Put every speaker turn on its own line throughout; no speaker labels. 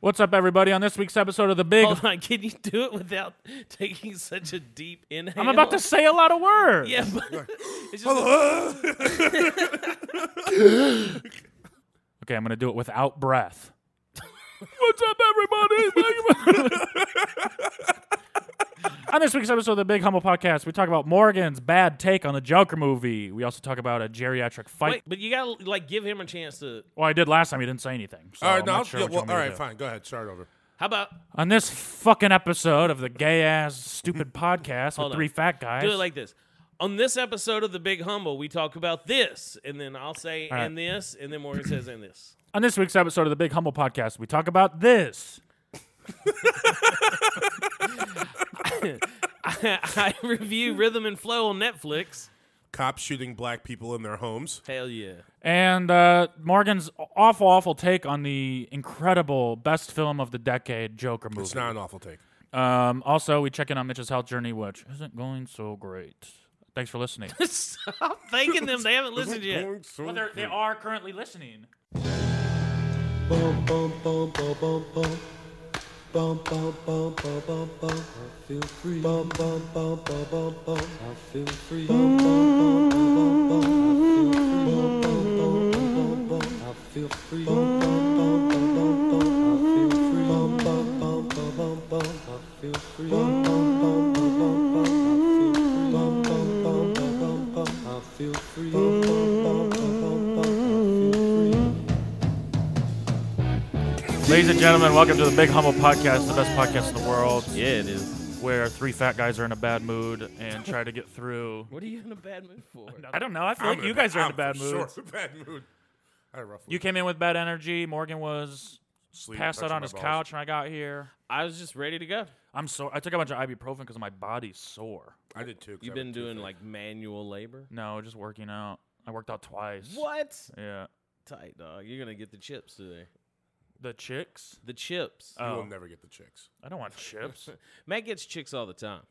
What's up, everybody? On this week's episode of the Big,
Hold on, can you do it without taking such a deep inhale?
I'm about to say a lot of words.
Yeah, but it's just
Oh, Okay, I'm gonna do it without breath. What's up, everybody? Thank you- on this week's episode of the Big Humble Podcast, we talk about Morgan's bad take on the Joker movie. We also talk about a geriatric fight.
wait, but you gotta like give him a chance to.
Well, I did last time. He didn't say anything. So
all right,
I'm
no,
not
I'll-
sure
yeah,
what you
well,
want me
all
to
right,
do.
fine. Go ahead, start over.
How about
On this fucking episode of the gay ass stupid podcast with
on.
three fat guys.
do it like this? On this episode of the Big Humble, we talk about this, and then I'll say
right.
and this, and then Morgan says and this.
On this week's episode of the Big Humble Podcast, we talk about this.
I review Rhythm and Flow on Netflix.
Cops shooting black people in their homes.
Hell yeah!
And uh, Morgan's awful, awful take on the incredible best film of the decade, Joker movie.
It's not an awful take.
um, also, we check in on Mitch's health journey, which isn't going so great. Thanks for listening.
Stop thanking them; they haven't listened yet.
well, they're- they are currently listening.
Bum, bum, bum, bum, bum, bum. Bum, bum, bum, bum, bum, bum. I feel free. Bum, bum, bum, bum, bum, bum. I feel free. Bum, bum, bum, bum, bum, bum. I feel free. Bum, bum, bum, bum, bum, bum. I feel free. Bum, bum, bum, bum, bum, bum. I feel free. Bum, bum, bum, bum, bum, bum. I feel free. Bum, bum, bum, bum, bum, bum. I feel free.
Ladies and gentlemen, welcome to the Big Humble Podcast, the best podcast in the world,
Yeah, it is.
where three fat guys are in a bad mood and try to get through.
What are you in a bad mood for?
I don't know. I feel
I'm
like
in
you
a
guys
ba-
are in a
I'm
bad
for
mood.
Sure, bad mood. I roughly
You came in with bad energy. Morgan was
sleep,
passed out
touching
on
my
his
balls.
couch when I got here.
I was just ready to go.
I'm so I took a bunch of ibuprofen because my body's sore.
I did too. 'cause
You've
I have
been
a
doing
toothache.
like manual labor.
No, just working out. I worked out twice.
What?
Yeah.
Tight dog. You're gonna get the chips today.
The chicks?
The chips.
You
Oh,
will never get the chicks.
I don't want chips.
Matt gets chicks all the time.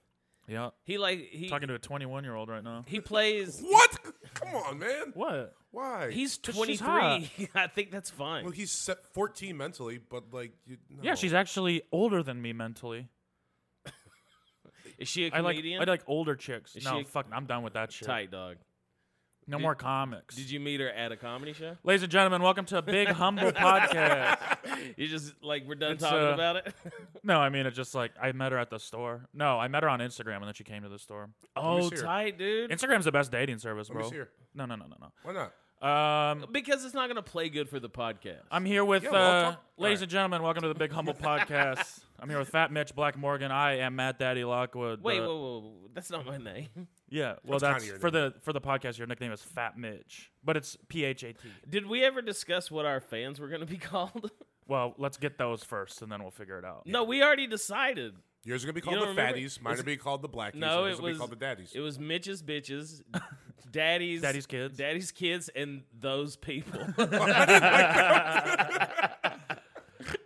yeah.
He like he
Talking to a 21 year old right now.
he plays.
What? Come on, man.
What?
Why?
He's
she's
23. I think that's fine.
well, he's set 14 mentally, but like, you, no.
Yeah, she's actually older than me mentally.
Is she a
I like
comedian?
I like older chicks.
Is
no,
she a-
fuck, I'm done with that shit.
Tight dog.
No
Did-
more comics.
Did you meet her at a comedy show?
Ladies and gentlemen, welcome to Big Humble Podcast.
You just like we're done
It's,
talking
uh,
about it.
No, I mean it's just like I met her at the store. No, I met her on Instagram and then she came to the store.
oh,
see her.
tight dude.
Instagram's the best dating service,
me
bro.
see her.
No, no, no, no,
Why not?
no. Um,
because it's not gonna play good for the podcast.
I'm here with,
well, I'll
uh,
talk-
ladies
alright.
and gentlemen, welcome to the Big Humble Podcast. I'm here with Fat Mitch, Black Morgan. I am Matt Daddy Lockwood.
Wait,
the-
whoa, whoa, whoa, that's not my name.
yeah. Well,
That's kinda
that's
your
for the for the podcast. Your nickname is Fat Mitch, but it's P H A T.
Did we ever discuss what our fans were gonna be called?
Well, let's get those first, and then we'll figure it out.
no, we already decided.
Yours are going to be called
don't
the
remember?
fatties. Mine are
It's-
going to be called the blackies.
No,
yours
it
will be
was
called the daddies.
It was Mitch's bitches, daddy's
Daddy's kids.
daddy's kids, and those people.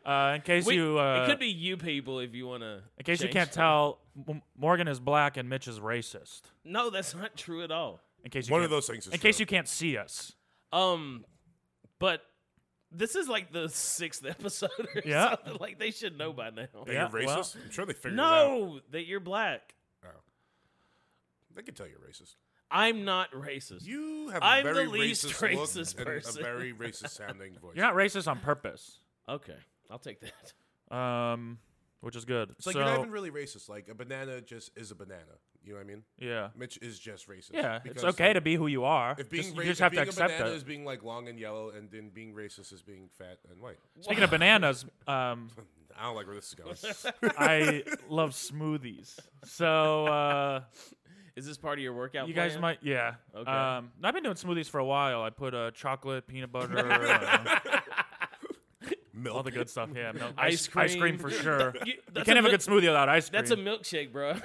Uh, in case
We-
you uh,
it could be you people if you want to.
in case you can't tell, M- Morgan is black and Mitch is racist.
no, that's not true at all.
In case you
One
can't,
of those things is
In case
true.
you can't see us.
Um, but this is like the sixth episode. Or
Yeah.
something. like they should know by now.
That
Yeah,
you're
well-
racist? I'm sure they figured it out.
No, that you're black.
They can tell you're racist.
I'm not racist.
You have
I'm
a
the
very
least
racist, look
racist
and
person.
a very racist sounding voice.
You're not racist on purpose,
okay, I'll take that.
um, which is good.
It's like
so
you're not even really racist. Like a banana just is a banana. You know what I mean?
yeah,
Mitch is just racist.
yeah, it's
Because,
okay
like,
to be who you are.
If being
just,
ra-
you just
if
have to
being a
accept
banana
it.
is being like long and yellow, and then being racist is being fat and white.
Speaking of bananas, um,
I don't like where this is going.
I love smoothies. So uh,
Is this part of your workout?
you guys
plan?
might, yeah.
Okay.
Um, I've been doing smoothies for a while. I put uh, chocolate, peanut butter, uh,
Milk.
all the good stuff. Yeah, milk,
Ice
ice cream for sure. You,
You- that's
can't
a
have a
mil-
good smoothie without ice cream.
That's a milkshake, bro.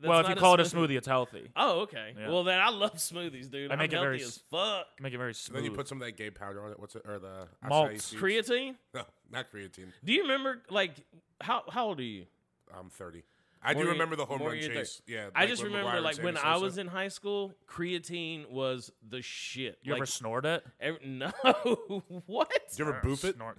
That's
well, if you
not
call it a smoothie, it's healthy.
Oh, okay.
Yeah.
Well, then I love smoothies, dude.
I
I'm
make it
healthy
very
as
s-
fuck.
Make it very smooth.
Then you put some of that gay powder on it. What's it? Or the acai
Malts.
seeds.
Creatine?
No, not creatine.
Do you remember like how how old are you?
I'm 30. I do
Morgan-
remember the home run
Morgan, you're
chase. Yeah,
I
like
just
when
remember
McGuire
like
and
when
Sammy
I
Sosa.
was in high school, creatine was the shit.
you
like
ever snort it?
ev- no, what?
Do you ever
Or
boof it?
snort-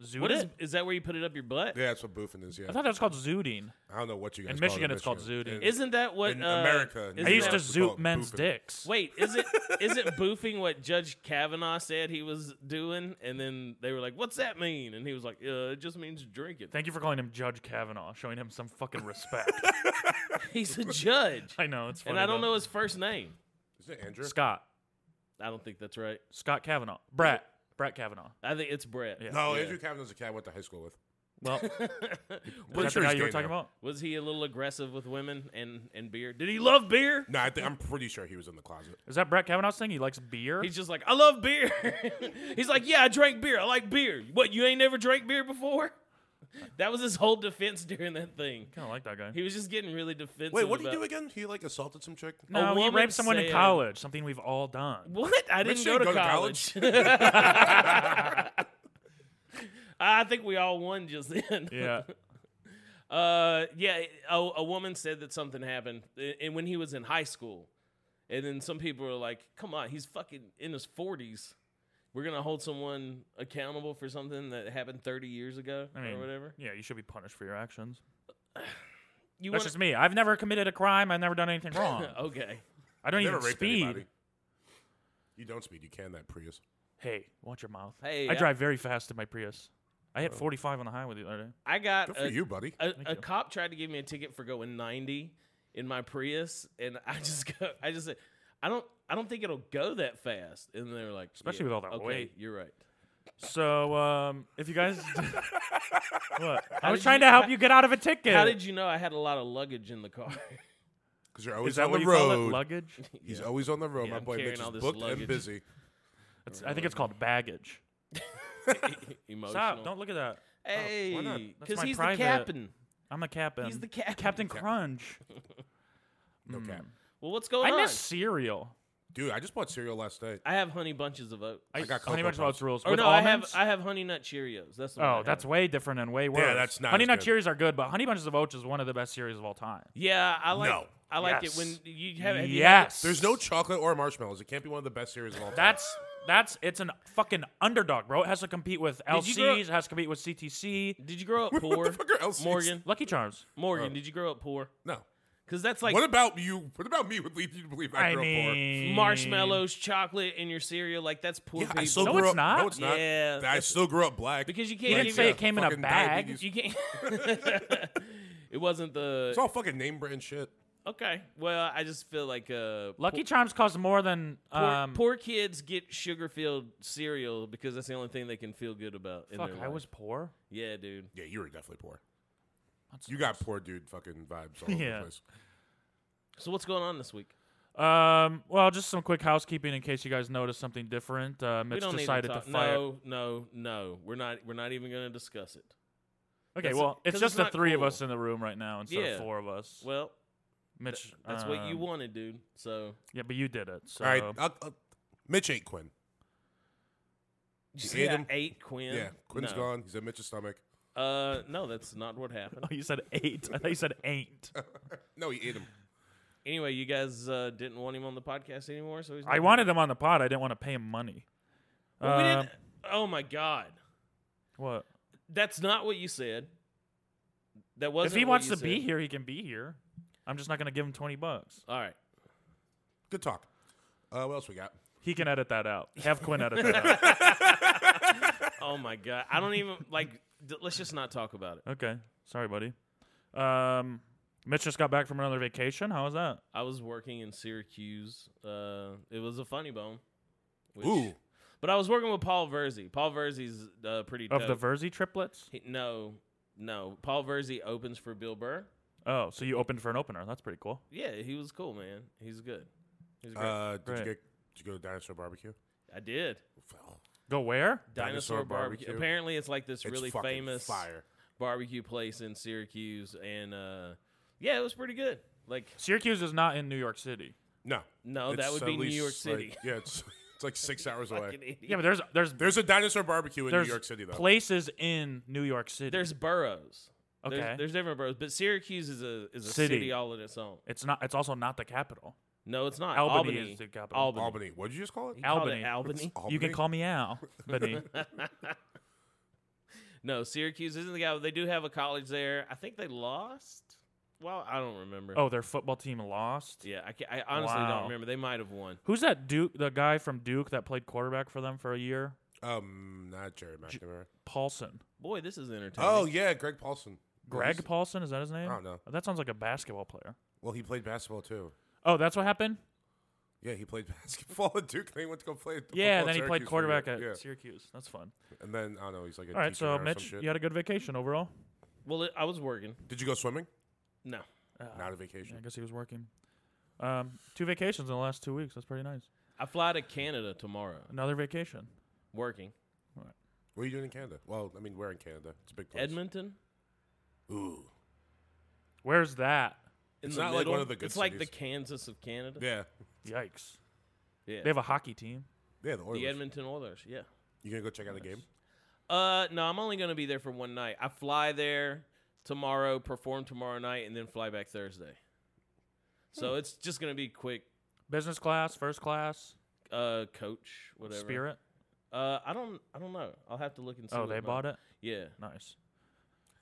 Zooding?
What is is that where you put it up your butt?
Yeah, that's what boofing is. Yeah,
I thought that was called zooding.
I don't know what you guys.
In
call it
Michigan, it's called zooding.
In-
Isn't that what
in
uh,
America,
isn't
I used
that-
to
It's
zoot
called
men's
boofing.
dicks.
Wait, is it is it boofing what Judge Kavanaugh said he was doing? And then they were like, "What's that mean?" And he was like, uh, "It just means drinking."
Thank you for calling him Judge Kavanaugh, showing him some fucking respect.
He's a judge,
I know it's funny.
and I don't
though.
know his first name.
Is it Andrew?
Scott.
I don't think that's right.
Scott Kavanaugh. Brett. Brett Kavanaugh.
I think it's Brett.
Yeah.
No,
Yeah.
Andrew Kavanaugh's a cat I went to high school with.
Well,
Pretty
that's the
sure
guy
he's
you were
gay
talking
now.
about.
Was he a little aggressive with women and and beer? Did he love beer?
No, I think I'm pretty sure he was in the closet.
Is that Brett Kavanaugh's thing? He likes beer.
He's just like, I love beer. He's like, yeah, I drank beer. I like beer. What, you ain't never drank beer before? That was his whole defense during that thing.
kind of like that guy.
He was just getting really defensive.
Wait, what did he
about-
do again? He like assaulted some chick.
no, he
woman
raped someone in
said-
college. Something we've all done.
What? I didn't
she
go to,
go to
college. I think we all won just then.
Yeah.
Uh, yeah. A, a woman said that something happened, a- and when he was in high school, and then some people were like, "Come on, he's fucking in his forties. We're gonna hold someone accountable for something that happened thirty years ago
I mean,
or whatever."
Yeah, you should be punished for your actions.
You
That's
want?
just me. I've never committed a crime. I've never done anything wrong.
Okay.
I don't
Never
even
raped
speed.
anybody. You don't speed. You can that Prius.
Hey, watch your mouth.
Hey,
I
I-
drive very fast in my Prius. I hit 45 on the highway the other day.
I got
Good
Uh,
for
a-
you, buddy.
a, a
you.
cop tried to give me a ticket for going 90 in my Prius, and I just go, I just said, I don't, I don't think it'll go that fast. And they were like,
Especially with
"Yeah,
all that
okay,
weight."
You're right.
So, um, if you guys, what? I
How
was
did
trying
you-
to help you get out of a ticket.
How did you know I had a lot of luggage in the car?
Because you're
Is
always
that
on the
what you call it?
road.
Luggage?
He's always on the road.
Yeah,
My
I'm
boy
carrying
Mitch
all
is
this
booked and
luggage.
busy.
It's- I think it's called baggage.
Emotional.
Stop! Don't look at that. why not?
Hey,
That's
because
my
he's
private.
the captain.
I'm a captain.
He's the captain.
Captain Crunch. Hmm.
No cap,
Well, what's going
I
on?
miss cereal.
dude. I just bought cereal last night.
I have honey bunches of oats.
I,
got
Honey
Cocoa
Bunch of Oats
Puffs.
rules
Or
with
Oh, no, I have
almonds.
I have honey nut Cheerios. That's the one I
oh,
have.
that's way different and way worse.
that's not
Honey
as
Nut
good.
Cheerios are good, but Honey Bunches of Oats is one of the best cereals of all time.
yeah. I like
No.
I like
Yes.
it when you have. have you had it?
yes.
There's no chocolate or marshmallows. It can't be one of the best cereals of all time.
That's that's it's an fucking underdog, bro. It has to compete with
Did you grow-
LCs. It has to compete with CTC.
Did you grow up poor,
fuck are LCs?
Morgan?
Lucky Charms.
Morgan, did you grow up poor?
no.
Because that's like
what about you? What about me would lead you to believe I,
I
grew up poor?
mean,
marshmallows, chocolate in your cereal. Like that's poor
Yeah,
people.
I still
No,
grew
it's
up.
not.
No, it's not.
Yeah.
I still grew up black.
because you
You
can't
didn't
give
say
you,
it came in a
fucking
bag.
diabetes.
you can't. it wasn't the
it's all fucking name brand shit.
okay. Well, I just feel like uh,
Lucky Charms cost more than
Poor,
um.
poor kids get sugar-filled cereal because that's the only thing they can feel good about. In
fuck,
their
I
life.
was poor.
Yeah, dude.
Yeah, you were definitely poor.
That's
You got poor dude fucking vibes all over
Yeah.
the place.
So what's going on this week?
Um. Well, just some quick housekeeping in case you guys noticed something different. Uh,
we
Mitch
don't
decided
need
to,
talk.
fire.
No, no, no. We're not. We're not even going to discuss it.
okay.
that's-
Well, it's
'cause
just
it's
the
not
three of
cool.
us in the room right now instead of
Yeah.
four of us.
Well,
Mitch,
that's what you
um,
wanted, dude. So
Yeah, but you did it. So. Oh,
All right, I'll, I'll, Mitch ate Quinn.
you
You
see
ate
I
him?
ate Quinn.
Yeah, Quinn's
No.
gone. He's in Mitch's stomach.
Uh, no, that's not what happened.
Oh, you said eight. I thought you said ain't.
No, he ate him.
Anyway, you guys uh, didn't want him on the podcast anymore, so he's.
I
not-
wanted him on the pod. I didn't want to pay him money.
Well, we
Uh,
didn't. Oh my god,
What?
that's not what you said. That wasn't.
If he
what
wants
you
to be
said.
here, he can be here. I'm just not gonna give him twenty bucks.
All right.
Good talk. Uh, what else we got?
He can edit that out. Have Quinn edit that out.
Oh my god, I don't even like. D- let's just not talk about it.
Okay. Sorry, buddy. Um, Mitch just got back from another vacation. How was that?
I was working in Syracuse. Uh, it was a funny bone. Which,
Ooh,
But I was working with Paul Verzi. Paul Verzi's uh, pretty. Dope.
Of the Verzi triplets?
He- no, no. Paul Verzi opens for Bill Burr.
Oh, so you opened for an opener. That's pretty cool.
Yeah, he was cool, man. He's good. He's great.
uh, did
Great.
you get? Did you go to Dinosaur Barbecue?
I did.
Go where?
Dinosaur,
Dinosaur
barbecue.
barbecue.
Apparently, it's like this
It's
really
fucking
famous
fire.
barbecue place in Syracuse, and uh, yeah, it was pretty good. Like,
Syracuse is not in New York City.
No,
No, Oh, that would
at
be New
least,
York
like-
City.
yeah, it's it's like six hours away.
fucking idiot.
Yeah, but there's there's
There's a dinosaur barbecue in
there's
New York City though.
places in New York City.
there's boroughs.
Okay.
There's, there's different boroughs, but Syracuse is a is a
City.
city, all in its own.
it's not. It's also not the capital.
No, it's not.
Albany
Albany,
is the capital.
Albany.
Albany. What did you just call it?
He called
Albany.
it Albany.
It's Albany?
You can call me Al, Benny.
No, Syracuse isn't the guy. They do have a college there. I think they lost. Well, I don't remember.
Oh, their football team lost.
yeah. I, can't, I honestly
Wow.
don't remember. They might have won.
Who's that Duke? The guy from Duke that played quarterback for them for a year,
Um, not Jerry McNamara.
Paulson.
Boy, this is entertaining.
Oh yeah, Greg Paulson.
Greg Paulson is that his name?
I don't know.
That sounds like a basketball player.
Well, he played basketball too.
Oh, that's what happened.
Yeah, he played basketball at Duke. Then he went to go play. at the
Yeah,
football
then he played
Syracuse for a year.
quarterback at
yeah.
Syracuse. That's fun.
And then I don't know. He's like a
All right,
teacher now
so
or
Mitch,
some shit.
you had a good vacation overall.
Well, it, I was working.
Did you go swimming?
No.
Not a
Yeah,
vacation.
I guess he was working. Um, two vacations in the last two weeks. That's pretty nice.
I fly to Canada tomorrow.
Another vacation.
Working.
What are you doing in Canada? Well, I mean, we're in Canada. It's a big place.
Edmonton.
Ooh.
Where's that?
In
It's
the
not like one
middle.
of the good
It's like the
cities.
Kansas of Canada.
Yeah.
Yikes.
Yeah.
They have a hockey team.
Yeah, the Oilers.
the Edmonton Oilers. Yeah.
you gonna go check out the game?
Uh, no, I'm only gonna be there for one night. I fly there tomorrow, perform tomorrow night, and then fly back Thursday. So
Hmm.
it's just gonna be quick.
Business class, first class,
Uh, coach, whatever.
Spirit.
Uh, I don't, I don't know. I'll have to look and see.
Oh, they bought it.
Yeah,
Nice.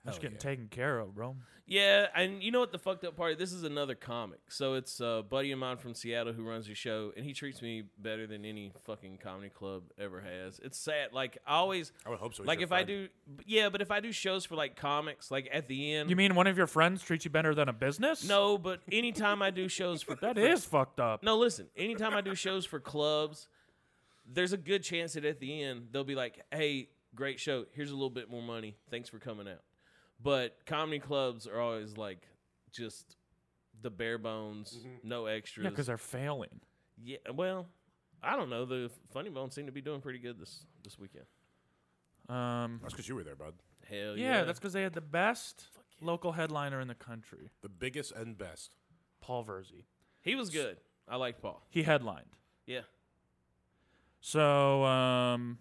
That's
Hell
getting
yeah.
taken care of, bro.
Mm. yeah, and you know what? The fucked up part. This is another comic. So it's a buddy of mine from Seattle who runs the show, and he treats me better than any fucking comedy club ever has. It's sad. Like I always,
I would hope so. He's
like
your
if I
friend.
do, yeah, but if I do shows for like comics, like at the end,
You mean one of your friends treats you better than a business?
No, but anytime I do shows for
That
for-
is fucked up.
no. Listen, anytime I do shows for clubs, there's a good chance that at the end they'll be like, "Hey, great show. Here's a little bit more money. Thanks for coming out." But comedy clubs are always like just the bare bones, no
Yeah,
extras.
because they're failing.
Yeah, well, I don't know. The Funny Bones seem to be doing pretty good this this weekend.
Um,
That's because you were there, bud.
Hell yeah,
yeah, that's because they had the best local headliner in the country,
The biggest and best.
Paul Verzi.
he was good. I liked Paul.
He headlined.
Yeah,
So um,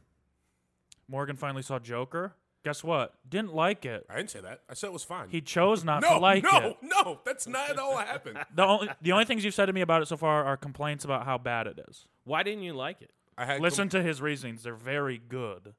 Morgan finally saw Joker. Guess what? Didn't like it.
I didn't say that. I said it was fine.
He chose not
no,
to like
no,
it.
no. That's not at all what happened.
The only the only things you've said to me about it so far are complaints about how bad it is.
why didn't you like it?
I had
Listen to his reasonings; they're very good.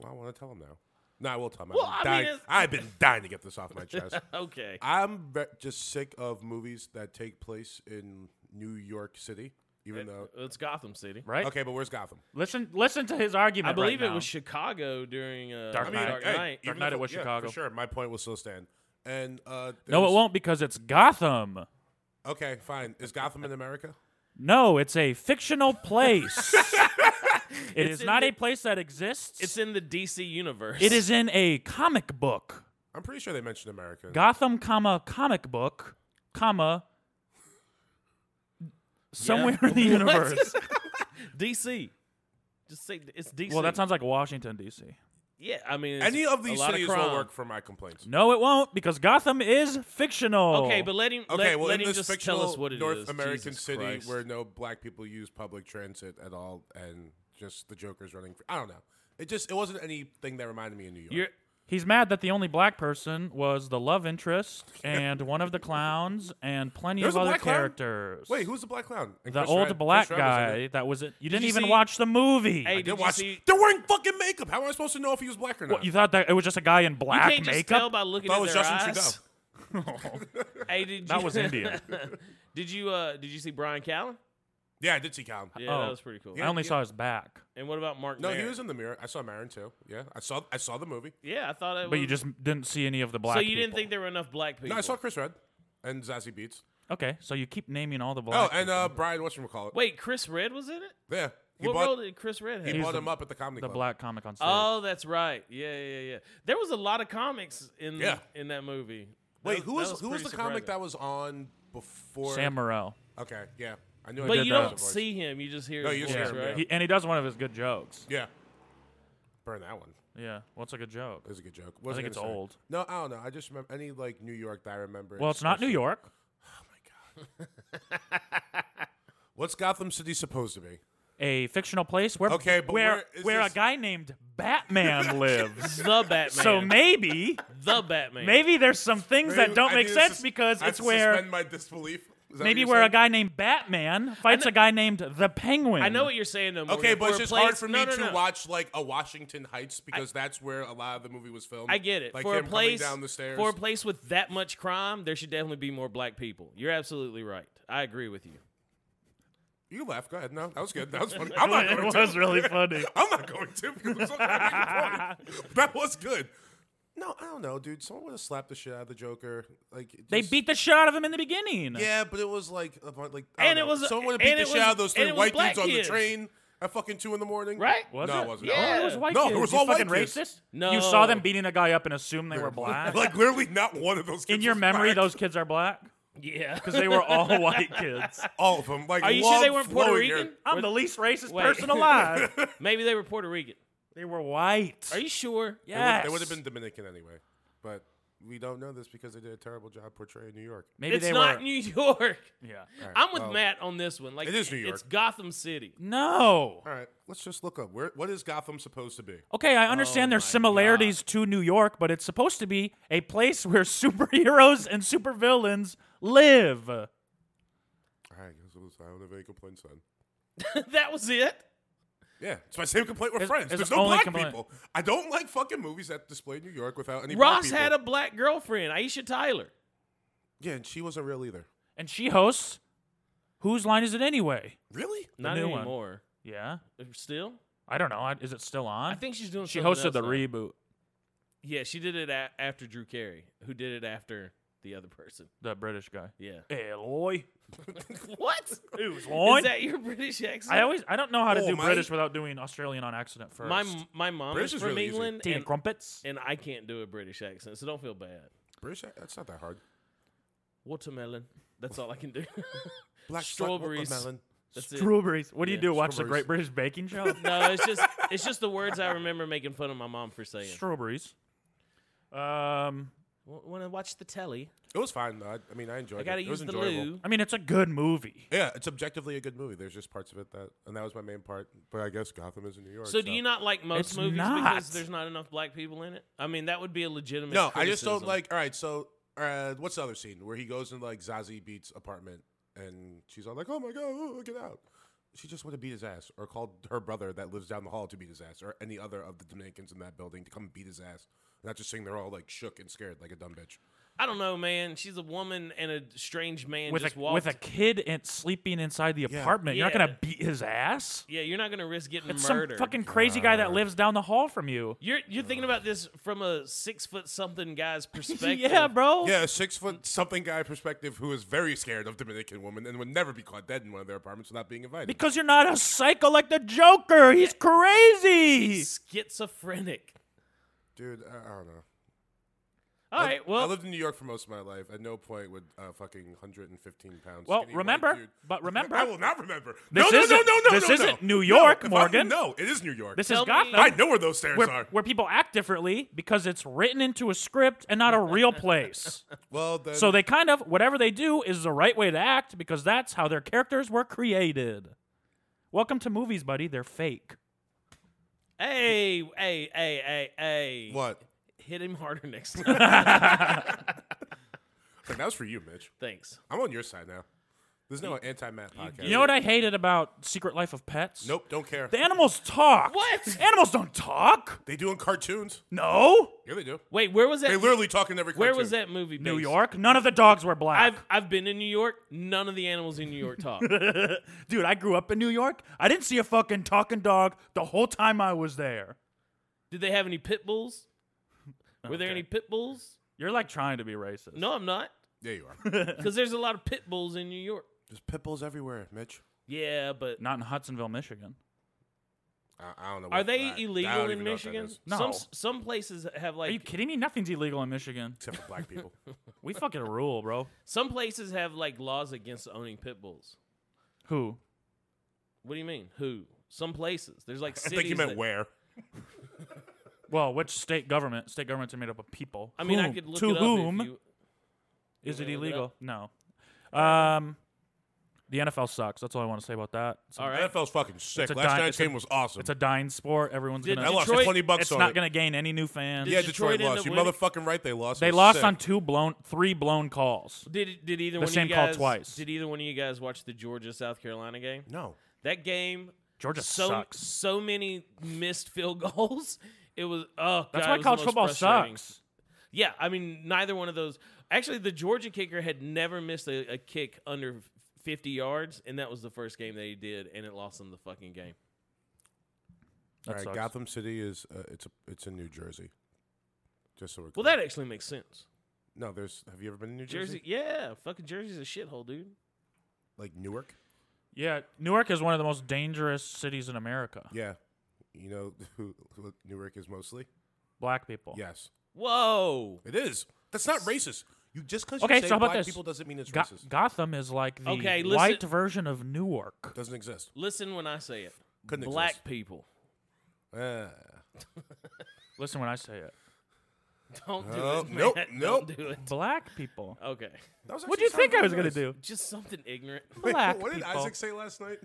Well, I want to tell him now. No, I will tell him. I've,
Well,
been
I mean,
dying,
it's-
I've been dying to get this off my chest.
Okay,
I'm ve- just sick of movies that take place in New York City, even though.
it's Gotham City.
Right?
Okay, but where's Gotham?
Listen, listen to his argument.
I believe
right
it
now.
was Chicago during uh,
Dark
Dark Knight.
Knight.
Dark
hey,
Knight.
even
Knight,
if
it was
yeah,
Chicago.
For sure. My point will still stand. And uh,
no, it
there's-
won't because it's Gotham.
Okay, fine. Is Gotham in America?
No, it's a fictional place. it is
in
not
the-
a place that exists.
It's in the DC universe.
it is in a comic book.
I'm pretty sure they mentioned America.
Gotham, comma comic book, comma somewhere in the universe.
DC. Just say it's DC.
well, that sounds like Washington D.C.
yeah. I mean, it's
Any of
a
these
lot
cities
crime.
will work for my complaints.
No, it won't because Gotham is fictional.
Okay, but let him.
Okay,
let,
well,
let
in
him
this
just
fictional
tell us what it is.
North American
Jesus
city
Christ.
where no black people use public transit at all, and just the Joker's running. For, I don't know. It just it wasn't anything that reminded me of New York.
You're-
he's mad that the only black person was the love interest and one of the clowns and plenty
There's
of
a
other
black clown?
characters.
Wait, who's the black clown? And
the
Chris
old
Ryan-
black
Chris Ryan was in
guy
it.
that was it? You didn't
you
even
see-
watch the movie.
Hey,
you
did
They
you
watch.
see?
They're wearing fucking makeup. How am I supposed to know if he was black or not?
thought that it was just a guy in
You
black
can't just
makeup?
tell by looking
If I
at
was
their
Justin
eyes.
Trudeau.
Hey, did you,
That was Indian.
did you uh did you see Brian Callen?
Yeah, I did see Colin.
Yeah,
Oh.
that was pretty cool.
I only saw his back,
And what about Mark?
No, he
Maron?
was in the mirror. I saw Marin too. Yeah, I saw. I saw the movie.
Yeah, I thought it.
but
was,
you just didn't see any of the black.
so you didn't
people.
think there were enough black people.
No, I saw Chris Red and Zazie Beats.
Okay, so you keep naming all the
Oh,
black.
and uh, Brian whatchamacallit.
Wait, Chris Red was in it.
Yeah, he
what role
bought,
did Chris Red have?
he bought
the-
him up at the comedy
the
club.
black comic on stage.
Oh, that's right. Yeah, yeah, yeah. There was a lot of comics in
Yeah.
in that movie. That
Wait,
was-
who
that
was, who was
pretty
the comic that
surprising.
was on before?
Sam Morril.
Okay, yeah, I knew. I
But
did
you
that.
don't see him. You just hear.
No,
his
you
voice,
just hear him,
right?
He, and he does one of his good jokes.
Yeah, burn that one.
Yeah, what's a good joke?
It was a good joke. What was
think
gonna
it's
say?
old.
No, I don't know. I just remember any like New York that I remember.
Well, it's not New
especially-
York.
What's Gotham City supposed to be?
a fictional place where
Okay, but
where
where is
where,
this-
a guy named Batman lives.
The Batman.
So maybe
the Batman.
maybe there's some things that don't
I
make
need to
sense
sus-
because
I have
it's
to
where
Suspend my disbelief. Is that
Maybe
what you're
where a
saying?
guy named Batman fights a guy named the Penguin.
I know what you're saying, though.
Okay,
Morgan.
but it's just
place-
hard for
no,
me
no,
to
no.
watch like a Washington Heights because that's where a lot of the movie was filmed.
I get it.
Like
for
him
a
coming
place
down the stairs.
for a place with that much crime, there should definitely be more black people. You're absolutely right. I agree with you.
you left. Go ahead. No, that was good. That was funny. I'm not going
it
to.
was really funny.
I'm not going to. Because I'm not making a point. that was good. No, I don't know, dude. Someone would have slapped the shit out of the Joker. Like it
They
just-
beat the shit out of him in the beginning.
Yeah, but it was like a bunch, like
And
and
it
it
was-
was someone would
and
beat the
it
shit
was-
out of those
and
three
it was
white
black
dudes on the
kids.
train at fucking two in the morning.
Right?
Was
no,
it?
it wasn't.
Oh, it was
Yeah.
white
No, it
kids.
was
You
all white
fucking
kids.
racist.
No.
you saw them beating a guy up and assume they were black.
Like literally, not one of those. Kids
in your
was
memory,
black.
those kids are black
Yeah.
because they were all white kids.
all of them. Like,
Are you sure they
long
weren't Puerto
flowing hair.
Rican?
I'm the least racist
Wait.
person alive.
Maybe they were Puerto Rican.
they were white.
Are you sure?
They would-
Yes.
They would have been Dominican anyway, but we don't know this because they did a terrible job portraying New York.
Maybe
it's
they
not
were.
New York.
yeah.
I'm with
well,
Matt on this one. Like
it is New York.
It's Gotham City.
No.
All right, let's just look up where what is Gotham supposed to be?
Okay, I understand
Oh
there's similarities to New York, but it's supposed to be a place where superheroes and supervillains live.
All right, guess it was- I don't have any complaints then.
that was it.
Yeah, it's my same complaint with
It's-
friends.
it's
There's
the
no
only
black
complaint.
people. I don't like fucking movies that display New York without any. black
Ross
people.
had a black girlfriend, Aisha Tyler.
yeah, and she wasn't real either.
And she hosts Whose Line Is It Anyway?
Really?
Not
new one.
anymore.
Yeah.
Still,
I don't know. I- Is it still on?
I think she's doing.
she
something
hosted
else
the
now.
reboot,
Yeah, she did it a- after Drew Carey, who did it after the other person.
the British guy.
Yeah.
Eloy.
what?
Who's
Is that your British accent?
I always I don't know how to
Oh,
do
mate.
British without doing Australian on accident first.
my m- my mom
British
is
is
from
really easy.
England,
Tea and
and,
crumpets.
and I can't do a British accent, so don't feel bad.
British? That's not that hard.
Watermelon. That's all I can do.
Black
Strawberries.
Melon.
That's it.
Strawberries. What do you
Yeah,
do? Watch the
strawberries.
Great British Baking Show?
No, it's just it's just the words I remember making fun of my mom for saying.
strawberries. Um,
When I watch the telly,
It was fine though. I, I mean, I enjoyed
I
it.
gotta
it was
use the
enjoyable.
loo.
I mean, it's a good movie.
Yeah, it's objectively a good movie. There's just parts of it that, and that was my main part. But I guess Gotham is in New York.
So do you not like most
It's
movies
not.
because there's not enough black people in it? I mean, that would be a legitimate.
No, I just don't
criticism.
like. All right, so uh, what's the other scene where he goes in like Zazie Beats' apartment and she's all like, "Oh my god, oh, get out." She just would have beat his ass, or called her brother that lives down the hall to beat his ass, or any other of the Dominicans in that building to come beat his ass. Not just saying they're all like shook and scared like a dumb bitch.
I don't know, man. She's a woman and a strange man
With
just
a
walked.
with a kid and sleeping inside the apartment, you're not
Yeah.
gonna beat his ass.
yeah, you're not gonna risk getting
It's
murdered.
some fucking crazy guy that lives down the hall from you.
You're you're thinking about this from a six foot something guy's perspective.
yeah, bro.
Yeah, a six foot something guy perspective who is very scared of Dominican women and would never be caught dead in one of their apartments without being invited.
Because you're not a psycho like the Joker. He's crazy.
schizophrenic.
Dude, I, I don't know.
All
I-
right, well,
I lived in New York for most of my life. At no point would uh, fucking 115 pounds.
Well,
skinny white
remember-
dude-
but remember-
I will not remember.
This
no, no, no,
isn't-
no, no,
this
no,
isn't
no.
New York,
no, if I-
Morgan.
No, it is New York.
This
Tell
is
me-
Gotham.
I know where those stairs
where,
are.
where people act differently because it's written into a script and not a real place.
Well, then,
so they kind of whatever they do is the right way to act because that's how their characters were created. Welcome to movies, buddy. They're fake.
hey, hey, hey, hey, hey,
what?
Hit him harder next time.
Like, that was for you, Mitch.
Thanks.
I'm on your side now. There's no anti-Matt podcast.
You know what I hated about Secret Life of Pets?
Nope, don't care.
The animals talk.
What?
Animals don't talk.
They do in cartoons.
No.
Yeah, they do.
Wait, where was that?
They literally talk in every cartoon.
where was that movie?
New
based?
York. None of the dogs were black.
I've I've been in New York. None of the animals in New York talk.
Dude, I grew up in New York. I didn't see a fucking talking dog the whole time I was there.
Did they have any pit bulls? Were there
Okay.
any pit bulls?
You're like trying to be racist.
No, I'm not,
There you are.
because there's a lot of pit bulls in New York.
There's pit bulls everywhere, Mitch.
Yeah, but
Not in Hudsonville, Michigan.
I, I don't know.
are
what-
they
I- I
illegal
don't
in
even know what that
Michigan?
is,
No.
Some s- some places have
Are you
like
kidding me? Nothing's illegal in Michigan.
Except for black people.
We fucking rule, bro.
some places have like laws against owning pit bulls.
Who?
What do you mean? Who? Some places. There's like
I
cities.
think you meant
that-
where.
Well, which state government? State governments are made up of people.
I mean, I
Whom-
could look
to
it up. if
whom
you-
is it
wanna look it
illegal?
up?
No. Um, The NFL sucks. That's all I want to say about that. It's a,
All right.
NFL's fucking sick.
a
Last
di-
night's
it's a-
game was awesome.
it's a dying sport. Everyone's
Did-
gonna.
I lost
Detroit-
twenty bucks
it's
on
not
it.
going to gain any new fans.
yeah,
Did
Detroit,
Detroit end
lost.
up
You
winning?
motherfucking right. They lost. It
They
was
lost
sick.
on two blown, three blown calls.
Did did either
The
one
same
of you
call
guys,
twice.
Did either one of you guys watch the Georgia South Carolina game?
No.
That game
Georgia
so
sucks.
so many missed field goals. It was oh
That's
God, it
why
was
college
the most
football
frustrating.
sucks.
Yeah, I mean neither one of those. Actually, the Georgia kicker had never missed a, a kick under f- fifty yards, and that was the first game that he did, and it lost them the fucking game.
That
All right,
sucks.
Gotham City is uh, it's a, it's in New Jersey. Just so we're
Well,
clear.
that actually makes sense.
no, there's. Have you ever been to New Jersey?
Jersey, yeah, fucking Jersey's a shithole, dude.
Like Newark?
Yeah, Newark is one of the most dangerous cities in America.
Yeah. You know who, who Newark is mostly?
Black people.
Yes,
Whoa.
it is. That's not racist. You just because
Okay,
you say
so how about
black
this?
people doesn't mean it's
Go-
racist.
Gotham is like the
Okay, listen-
white version of Newark.
doesn't exist.
Listen when I say it.
Couldn't
Black
exist.
people.
Uh,
Listen when I say it.
Don't do
Oh,
it. Man.
nope,
Don't
nope.
do it.
Black people.
Okay.
that was
What do you
actually
think I was
sounding
gonna
nice.
do?
Just something ignorant.
Wait,
Black
what did
people.
Isaac say last night?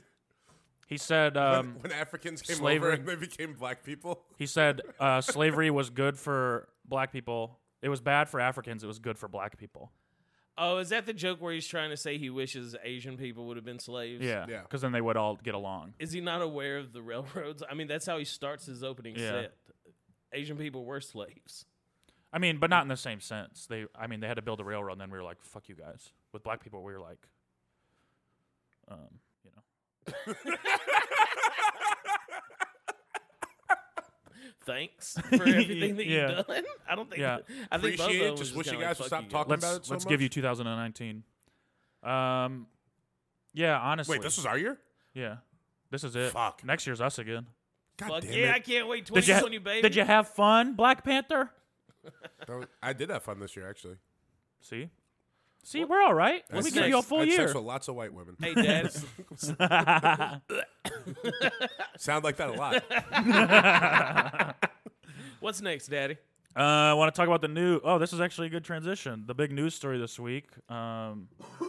He said. Um,
when Africans came
slavery.
over and they became black people.
he said uh, slavery was good for black people. It was bad for Africans. It was good for black people.
Oh, is that the joke where he's trying to say he wishes Asian people would have been slaves?
Yeah.
Yeah.
Because then they would all get along.
Is he not aware of the railroads? I mean, that's how he starts his opening
Yeah.
set. Asian people were slaves.
I mean, but not in the same sense. They, I mean, they had to build a railroad, and then we were like, "Fuck you guys." With black people, we were like, um, you know,
Thanks for everything that
Yeah.
you've done. I don't think.
Yeah.
I think
Appreciate
Bozo
it.
was
Just wish
kinda
you
like,
guys
"Fuck
would stop
you guys."
talking
let's
about it so
let's give you
much?
2019. Um, yeah, honestly,
Wait, this was our year?
yeah, this is it.
Fuck.
Next year's us again.
God
Fuck
damn
yeah! I
it.
can't wait.
Did you,
2020, baby.
did you have fun, Black Panther?
That was- I did have fun this year, actually.
See, see, we're all right. Let me
What's
give you a
next?
full
I had
year.
sex with lots of white women.
Hey, Dad.
Sound like that a lot.
What's next, Daddy?
Uh, I want to talk about the new. Oh, this is actually a good transition. The big news story this week. Um,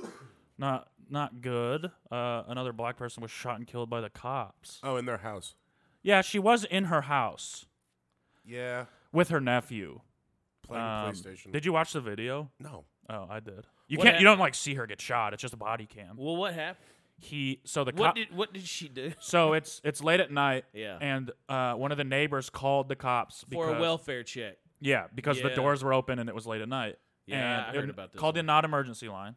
not not good. Uh, another black person was shot and killed by the cops.
oh, in their house.
Yeah, she was in her house
Yeah.
with her nephew.
Playing
Um,
PlayStation.
Did you watch the video?
no.
Oh, I did. You
What
can't. You
hap-
don't like see her get shot. It's just a body cam.
Well, what happened?
He. So the
What
cop.
did What did she do?
so it's it's late at night.
Yeah.
And uh, one of the neighbors called the cops
For a
because-
welfare check.
Yeah, because the
Yeah.
doors were open and it was late at night.
Yeah,
and
I
it
heard about this
Called
one. Mm-hmm.
in not emergency line.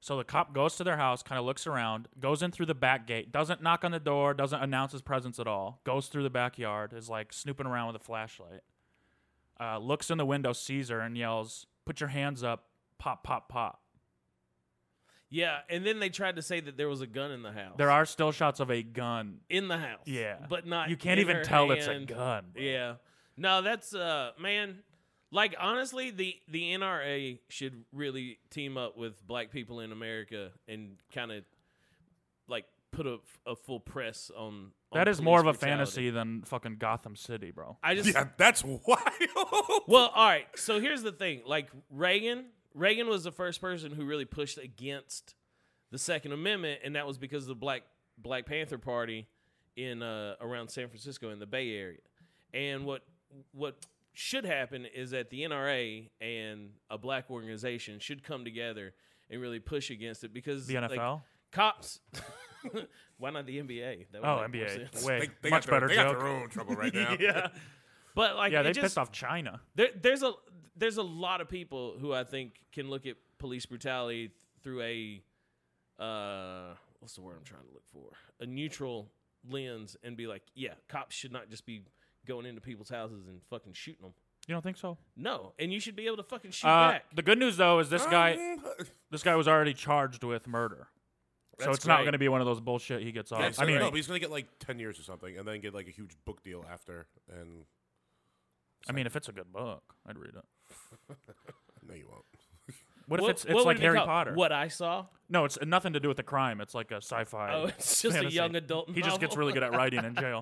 So the cop goes to their house, kind of looks around, goes in through the back gate, doesn't knock on the door, doesn't announce his presence at all, goes through the backyard, is like snooping around with a flashlight, uh, looks in the window, sees her, and yells, "Put your hands up! Pop, pop, pop!"
Yeah, and then they tried to say that there was a gun in the house.
There are still shots of a gun.
in the house.
Yeah,
but not.
You can't
in
even
her
tell it's a
hand.
gun. bro.
Yeah. No, that's uh, man. Like honestly, the the NRA should really team up with black people in America and kind of like put a, a full press on. on
That is
police
more of a
brutality.
fantasy than fucking Gotham City, bro.
I just
Yeah, that's wild.
Well, all right. So here's the thing. Like Reagan, Reagan was the first person who really pushed against the Second Amendment, and that was because of the Black Black Panther Party in uh, around San Francisco in the Bay Area. And what what should happen is that the NRA and a black organization should come together and really push against it because
The
like,
NFL?
cops. Why not the NBA? That would
Oh,
make more
NBA.
sense.
Way
They, they
much
got
better
their, they
joke.
got their own trouble right now.
yeah.
But like,
Yeah,
it
they
just,
pissed off China.
There, there's a there's a lot of people who I think can look at police brutality th- through a uh, what's the word I'm trying to look for? A neutral lens and be like, yeah, cops should not just be going into people's houses and fucking shooting them.
You don't think so?
No, and you should be able to fucking shoot
Uh,
back. Oh,
the good news though is this guy Oh,
Um,
this guy was already charged with murder. So
That's
it's not
great.
going to be one of those bullshit he gets
yeah,
off.
so-
I mean,
no, but he's gonna get like ten years or something, and then get like a huge book deal after. And
I mean, if it's a good book, I'd read it.
no, you won't.
What,
What-
if it's it's
what would
like
it be
Harry
called?
Potter?
What I saw.
No, it's nothing to do with the crime. It's like a sci-fi.
Oh, it's just
fantasy.
a young adult.
He just gets
novel.
really good at writing in jail.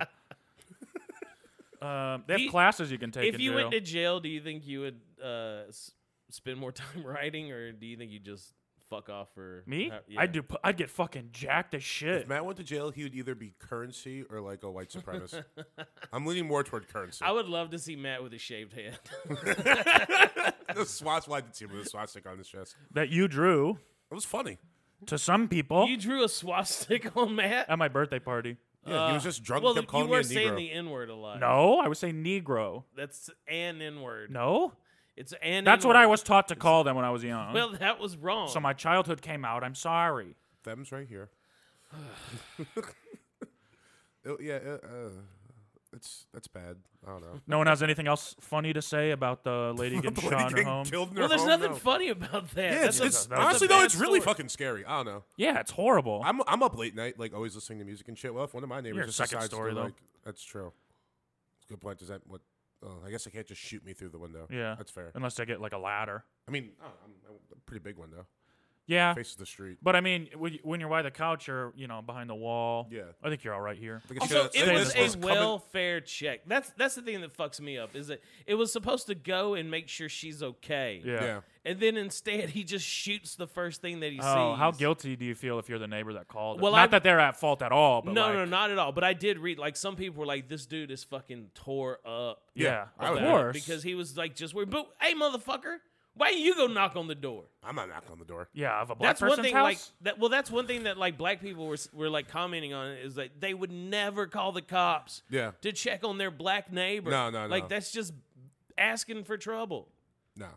Um, they have
He-
classes you can take.
If
in
you
jail.
went to jail, do you think you would uh, s- spend more time writing, or do you think you just fuck off for
Me?
how-
I'd
yeah.
do. pu- I'd get fucking jacked as shit.
Uh, If Matt went to jail, he would either be currency or like a white supremacist. I'm leaning more toward currency.
I would love to see Matt with a shaved head.
the swastika. I did see him with a swastika on his chest.
that you drew
It was funny.
to some people
you drew a swastika on Matt.
at my birthday party.
Yeah, he was just drunk.
Uh, well,
and kept
you
calling me
were
a
saying
negro.
the N word a lot.
No, I would say Negro.
that's an N word.
No,
It's an.
that's what I
N-word.
was taught to call them when I was young.
Well, that was wrong.
so my childhood came out. I'm sorry.
Them's right here. It- yeah, it, uh, it's that's bad. I don't know.
No one has anything else funny to say about the lady getting
The lady
shot in her
getting
home.
killed in her
well, there's
home,
nothing
no.
funny about that.
Yeah,
that's
it's,
a-
it's-
that's a
honestly though,
bad
it's really
story.
fucking scary. I don't know.
Yeah, it's horrible.
I'm I'm up late night, like always listening to music and shit. Well, if one of my neighbors
You're a
just
second
decides
story,
to,
though.
like, that's true. That's a good point. Does that what? Oh, I guess I can't just shoot me through the window.
yeah,
that's fair.
Unless I get like a ladder.
I mean, I don't know, I'm, I'm a pretty big window.
Yeah,
Faces the street.
but I mean, when you- when you're by the couch, you're you know behind the wall.
Yeah.
I think you're all right here.
Like,
Also,
should've-
it
like,
was
this
a
coming-
welfare check. That's that's the thing that fucks me up is that it was supposed to go and make sure she's okay.
Yeah.
Yeah.
And then instead, he just shoots the first thing that he
Oh,
sees.
how guilty do you feel if you're the neighbor that called? it?
Well,
not
I've-
that they're at fault at all, but
No,
like,
no, not at all. But I did read like some people were like, "This dude is fucking tore up."
Yeah,
I
of
about
would-
it
course.
because he was like just weird. But hey, motherfucker, why you go knock on the door?
I'm not knocking on the door.
yeah, of a black
That's one
person's
thing.
house.
Like that. Well, that's one thing that like black people were s- were like commenting on is like they would never call the cops.
Yeah.
To check on their black neighbor.
No, no,
Like
no.
that's just asking for trouble.
No.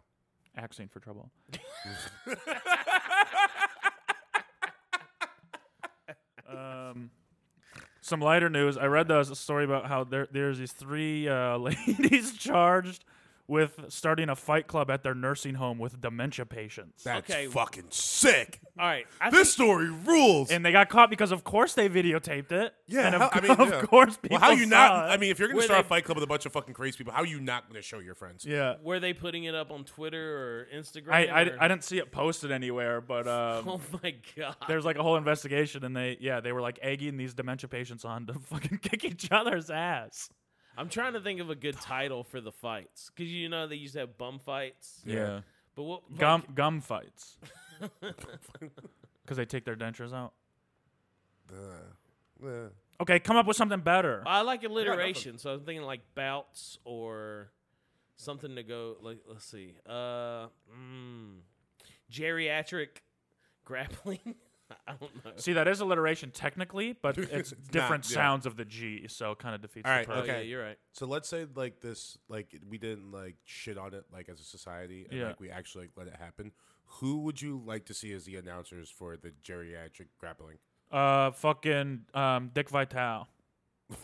Axing for trouble. um, some lighter news. I read the story about how there there's these three uh, ladies charged with starting a fight club at their nursing home with dementia patients.
That's
Okay.
fucking sick.
All right. I
This
think-
story rules.
and they got caught because, of course, they videotaped it.
yeah,
and of,
how- I mean,
of
yeah.
course, people
Well, how you
saw it.
not? I mean, if you're gonna
Where
start
they-
a fight club with a bunch of fucking crazy people, how are you not gonna show your friends?
yeah,
were they putting it up on Twitter or Instagram?
I, I,
or-
I didn't see it posted anywhere, but um,
Oh my god.
there's like a whole investigation and they yeah they were like egging these dementia patients on to fucking kick each other's ass
I'm trying to think of a good title for the fights because you know they used to have bum fights.
Yeah.
But what like,
gum gum fights because they take their dentures out
Uh, uh,
okay come up with something better
I like alliteration, so I'm thinking like bouts or something to go. Like, let's see, uh, mm, geriatric grappling. I don't know.
see that is alliteration technically but it's
It's not,
different
yeah.
sounds of the g so it kind of defeats
All
the
right,
purpose
Oh, yeah,
okay.
you're right.
So let's say like this, like we didn't like shit on it, like as a society, and
Yeah.
like we actually like, let it happen. Who would you like to see as the announcers for the geriatric grappling?
uh fucking um dick vital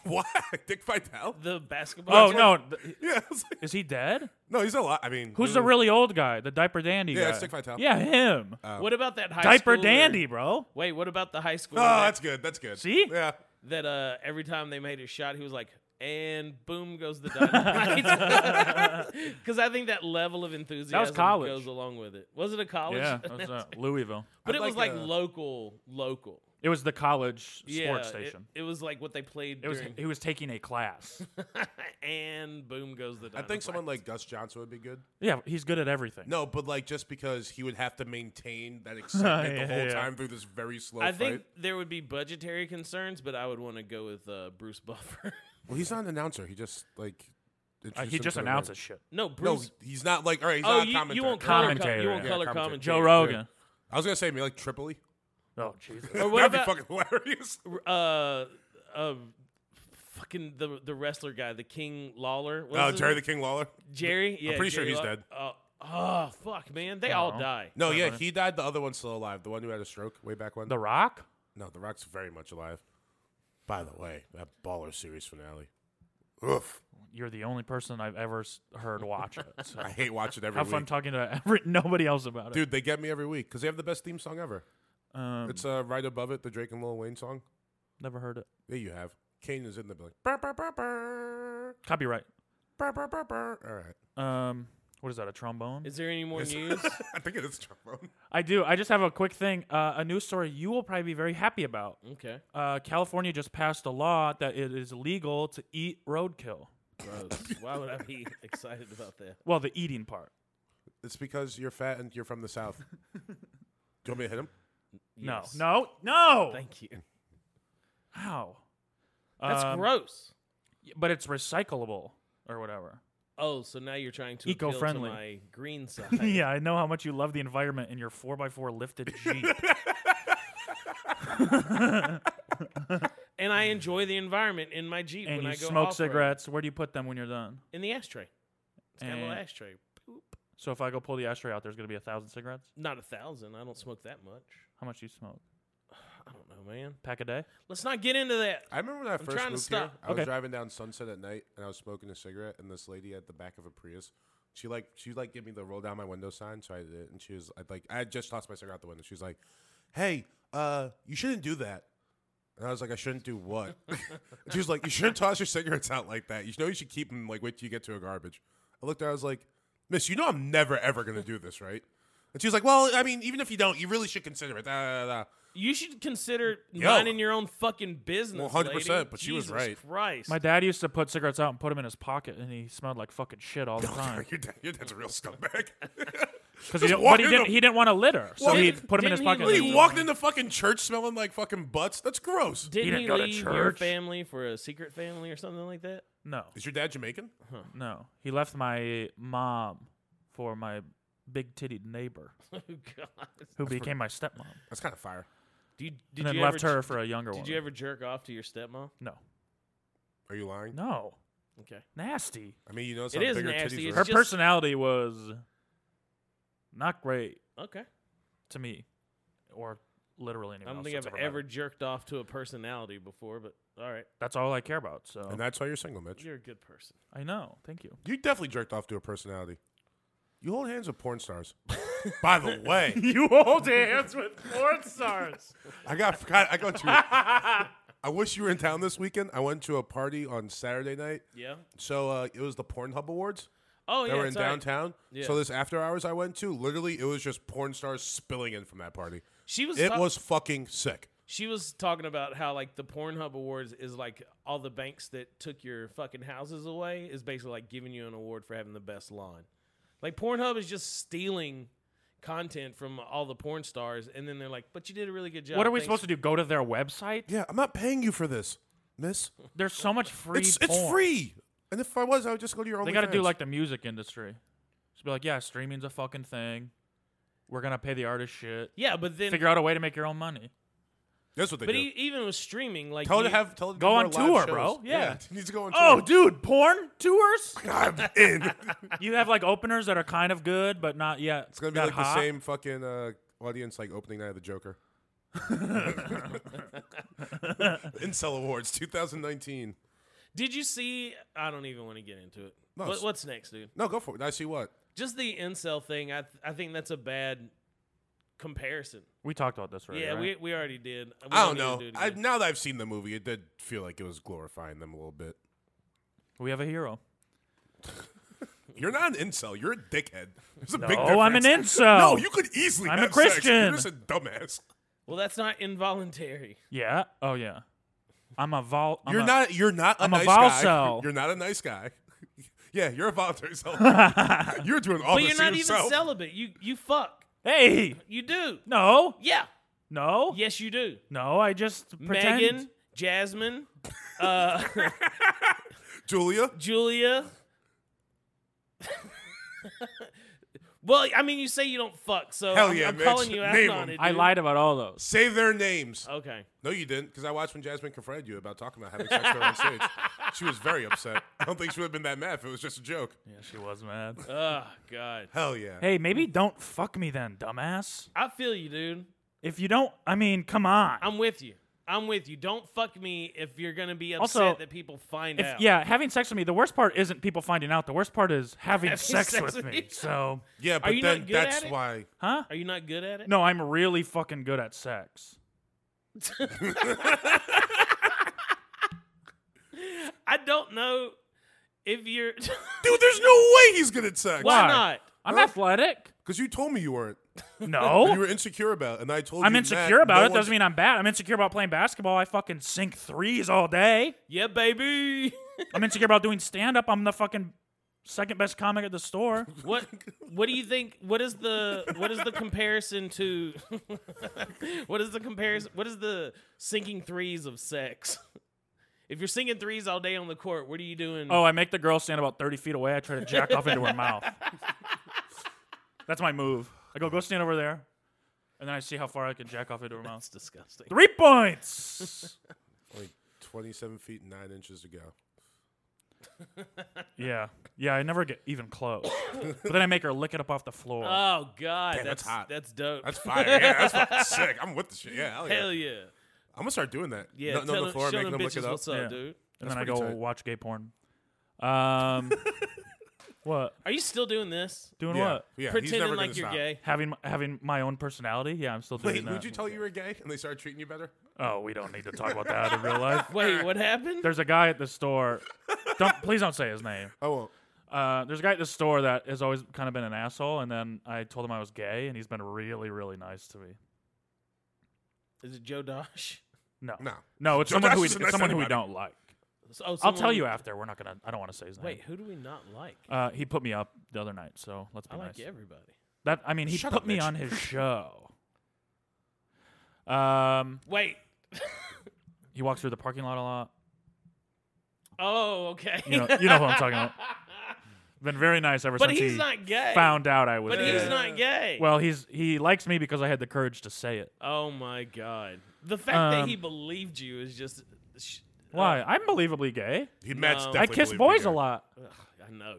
Why Dick Vitale?
The basketball.
oh no th-
Yeah, I was like-
is he dead
no, he's a lot. I mean,
who's the really old guy the diaper dandy
Yeah,
guy
it's Dick Vitale. Uh,
yeah him
What about that high
diaper
schooler-
dandy bro
Wait, what about the high school
Oh, that's good. That's good.
See?
Yeah.
that uh, every time they made a shot, he was like, and boom goes the dynamite. Because I think that level of enthusiasm
college.
goes along with it. Was it a college?
yeah that's, uh, louisville
but
I'd
it was
like
like
a-
local, local.
It was the college
yeah,
sports station.
It, it was like what they played
It, was
during.
he was taking a class.
and boom goes the
I
dynamite.
think someone like Gus Johnson would be good.
yeah, he's good at everything.
No, but like just because he would have to maintain that excitement
Yeah,
the whole
yeah.
time through this very slow
I
fight.
think there would be budgetary concerns, but I would want to go with uh, Bruce Buffer.
well, he's not an announcer. He just like
Uh,
introduced
he
him
just
to the ring.
announces shit.
no,
No,
Bruce.
he's not like all right. He's
oh,
not a
you,
commentator.
you want color
Commentator,
commentary? You want
yeah.
color
Yeah,
commentary?
commentator.
Joe Rogan.
I was gonna say maybe like Tripoli.
Oh Jesus.
Or what
That'd
about-
be fucking hilarious.
uh, uh, fucking the the wrestler guy, the King Lawler. What
Oh,
is his
Jerry the
name?
King Lawler.
Jerry. Yeah,
pretty sure
Jerry
he's
Law-
dead.
Uh, oh fuck, man, they all
know.
die.
No, yeah, he died. The other one's still alive. The one who had a stroke way back when.
the Rock?
no, The Rock's very much alive. By the way, that Baller series finale. Oof.
You're the only person I've ever s- heard watch it. So
I hate watching every
have
week.
fun talking to every, nobody else about it.
Dude, they get me every week because they have the best theme song ever.
Um,
It's uh, right above it, the Drake and Lil Wayne song.
never heard it.
Yeah, you have. Kane is in the building. Burr, burr, burr, burr.
Copyright.
Burr, burr, burr, burr. All right.
Um, what is that? A trombone?
Is there any more news?
I think it is trombone.
I do. I just have a quick thing. Uh, a news story you will probably be very happy about.
okay.
Uh, California just passed a law that it is illegal to eat roadkill.
Gross. Why would I be excited about that?
Well, the eating part.
It's because you're fat and you're from the South. you want me to hit him?
No,
Yes.
no, no.
Thank you.
How?
That's
Um,
gross.
But it's recyclable or whatever.
Oh, so now you're trying to
Eco-friendly.
appeal to my green side.
yeah, I know how much you love the environment in your 4x4 lifted Jeep.
And I enjoy the environment in my Jeep
and
when
you
I go
smoke
off-road.
cigarettes. Where do you put them when you're done?
in the ashtray. It's got a little
And-
ashtray. Boop.
So if I go pull the ashtray out, there's going to be a thousand cigarettes.
Not a thousand. I don't smoke that much.
How much do you smoke?
I don't know, man.
Pack a day?
Let's not get into that.
I remember when I first
trying to
moved here.
stop.
I
Okay.
was driving down Sunset at night, and I was smoking a cigarette, and this lady at the back of a Prius, she like she like gave me the roll down my window sign, so I did it, and she was I'd like I had just tossed my cigarette out the window. She was like, "Hey, uh, you shouldn't do that." And I was like, "I shouldn't do what?" and she was like, "You shouldn't toss your cigarettes out like that. You know you should keep them like wait till you get to a garbage." I looked at her, I was like, "Miss, you know I'm never ever gonna do this, right?" And she was like, "Well, I mean, even if you don't, you really should consider it." Da, da, da, da.
You should consider
Yo.
minding your own fucking business.
Well, 100%,
lady.
but she was
Jesus
right.
Christ.
My dad used to put cigarettes out and put them in his pocket, and he smelled like fucking shit all the time.
your, dad, your dad's a real scumbag.
Because he
Just
didn't, but he
walking
didn't,
the-
he didn't want to litter, so
Well,
he
didn't-
put them in his
didn't he
pocket.
But
leave-
and
he walked into fucking church smelling like fucking butts. That's gross.
Didn't
didn't
he
go to
leave your
church.
family for a secret family or something like that?
no,
Is your dad Jamaican?
no, he left my mom for my big titted neighbor,
Oh God.
who became my stepmom,
That's kind of fire.
Do you, did
and then
you
left
ever,
her for a younger one.
Did you ever jerk off to your stepmom?
No,
Are you lying?
no,
Okay.
nasty.
I mean, you know,
It
how
is
bigger
nasty,
titties
it's
Her
were.
just-
personality was not great
Okay.
to me, or literally anyone
I don't
else
think I've
that's
ever,
met her.
jerked off to a personality before, but all right.
That's all I care about. So
And that's why you're single, Mitch.
You're a good person.
I know. Thank you.
You definitely jerked off to a personality. You hold hands with porn stars. By the way,
you hold hands with porn stars.
I got forgot. I got to. I wish you were in town this weekend. I went to a party on Saturday night.
Yeah.
So uh, it was the Pornhub Awards.
Oh
They
yeah.
were in
it's all right.
downtown.
Yeah.
So this after hours I went to, literally, it was just porn stars spilling in from that party.
She was.
It
ta-
was fucking sick.
She was talking about how like the Pornhub Awards is like all the banks that took your fucking houses away is basically like giving you an award for having the best lawn. Like Pornhub is just stealing content from all the porn stars, and then they're like, "But you did a really good job."
What are we supposed to do? Go to their website?
Yeah, I'm not paying you for this, miss.
There's so much free.
It's it's
porn.
free. And if I was, I would just go to your own.
They got to do like the music industry. Just be like, yeah, streaming's a fucking thing. We're gonna pay the artist shit.
Yeah, but then,
Figure out a way to make your own money.
That's what they
but
do.
e- even with streaming, like
tell her to
you-
have tell her to
Go
do
on
more
tour,
live shows.
bro. Yeah.
he needs to go on tour.
Oh, dude, porn tours.
I'm in.
you have like openers that are kind of good, but not yet.
It's gonna be
that
like
hot.
the same fucking uh, audience like opening night of the Joker. Incel Awards 2019.
Did you see? I don't even want to get into it.
No,
What,
it's-
what's next, dude?
No, go for it. I see what.
Just the incel thing. I th- I think that's a bad comparison.
We talked about this, right?
yeah,
right?
we we already did. We
I don't
need to
know.
do it
I,
again.
now that I've seen the movie, it did feel like it was glorifying them a little bit.
we have a hero.
You're not an incel. You're a dickhead. There's a
No,
big difference.
Oh, I'm an incel.
No, you could easily.
Oh. I'm a
have sex.
Christian.
You're just a dumbass.
well, that's not involuntary.
Yeah. Oh yeah. I'm a vol. I'm
You're
a-
not. You're not a
I'm a
nice guy.
volcel.
You're not a nice guy. yeah, you're a voluntary cell. you're doing all
But
this
you're
to
not even
yourself.
celibate. You you fuck.
Hey.
You do.
No.
Yeah.
No.
Yes, you do.
No. I just pretend.
Megan, Jasmine, uh,
Julia,
Julia. well, I mean, you say you don't fuck, so
Hell
I'm,
yeah,
I'm
Mitch.
calling you out
Name
on
'em.
it.
I
dude.
lied about all those.
say their names.
Oh.
Okay.
No, you didn't, because I watched when Jasmine confronted you about talking about having sex with her on stage. She was very upset. I don't think she would have been that mad if it was just a joke.
Yeah, she was mad.
Oh God.
Hell yeah.
hey, maybe don't fuck me then, dumbass.
I feel you, dude.
If you don't, I mean, come on.
I'm with you. I'm with you. Don't fuck me if you're gonna be upset
Also,
that people find
If-
out.
yeah, having sex with me. The worst part isn't people finding out. The worst part is having,
Having
sex,
sex
with,
with
me.
you.
So,
yeah, but
you not
then
good at
that's
it?
why.
huh?
Are you not good at it?
No, I'm really fucking good at sex.
I don't know if you're.
Dude, there's no way he's good at sex.
Why
Why?
not?
I'm
Huh?
athletic.
Because you told me you weren't. You
No.
were insecure about, it, and I told
I'm
you.
insecure
Matt,
about
no
it. Doesn't
one's-
mean I'm bad. I'm insecure about playing basketball. I fucking sink threes all day.
Yeah, baby.
I'm insecure about doing stand up. I'm the fucking Second best comic at the store.
What what do you think what is the what is the comparison to what is the comparison what is the sinking threes of sex? If you're sinking threes all day on the court, what are you doing?
Oh, I make the girl stand about 30 feet away. I try to jack off into her mouth. That's my move. I go, go stand over there. And then I see how far I can jack off into her mouth.
that's disgusting.
Three points.
Only 27 feet and 9 inches to go.
yeah. Yeah, I never get even close. but then I make her lick it up off the floor.
Uh,
Oh god,
Damn,
that's
that's hot.
That's dope.
That's fire. yeah, that's fucking sick. I'm with the shit. Yeah, hell yeah.
Hell yeah.
I'm gonna start doing that.
Yeah,
Nutting
tell
on the floor,
show
making
them
them
bitches
look it up.
what's up,
Yeah.
dude.
and
that's
then I go
pretty tight.
watch gay porn. Um, what?
Are you still doing this?
Doing
yeah,
what?
yeah. he's
Pretending
never gonna
like you're
stop.
gay.
Having having my own personality? Yeah, I'm still doing
Wait,
that.
would you tell you were gay and they started treating you better?
oh, we don't need to talk about that in real life.
Wait, what happened?
There's a guy at the store. Don't please don't say his name.
I won't.
Uh, there's a guy at the store that has always kind of been an asshole, and then I told him I was gay, and he's been really, really nice to me.
Is it Joe Dosh?
No,
No.
no, it's
Joe
someone
Dash
who we, it's
isn't nice to
someone who we
anybody.
don't like.
So- oh,
I'll tell
someone-
you after. We're not gonna. I don't want to say his name.
Wait, who do we not like?
Uh, he put me up the other night, so let's be
I
nice.
like everybody.
That I mean, he
Shut
put
up,
me
Mitch.
on his show. Um,
Wait.
he walks through the parking lot a lot.
Oh, okay.
You know, you know who I'm talking about. Been very nice ever
but
since
he's
he
not gay.
found out I was.
But
gay.
he's not gay.
Well, he's he likes me because I had the courage to say it.
oh my god. The fact that
Um,
he believed you is just. Sh- Oh.
Why? I'm believably gay.
He
No.
matched.
I
Definitely
kiss boys a lot.
Ugh, I know.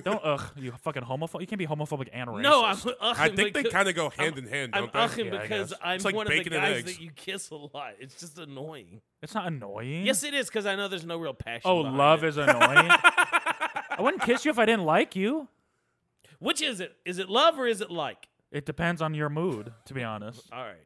Don't ugh, you fucking homophobe. You can't be homophobic and racist.
No, I'm. Ugh,
I think they
because-
kind of go hand in hand,
I'm
don't they?
ughing
Yeah, I
because
guess.
I'm
It's like
one of the
bacon and
guys
eggs.
that you kiss a lot. It's just annoying.
It's not annoying.
Yes, it is because I know there's no real passion.
Mm-hmm. Oh,
behind
love
it.
is annoying. I wouldn't kiss you if I didn't like you.
Which is it? Is it love or is it like?
It depends on your mood, to be honest.
All right.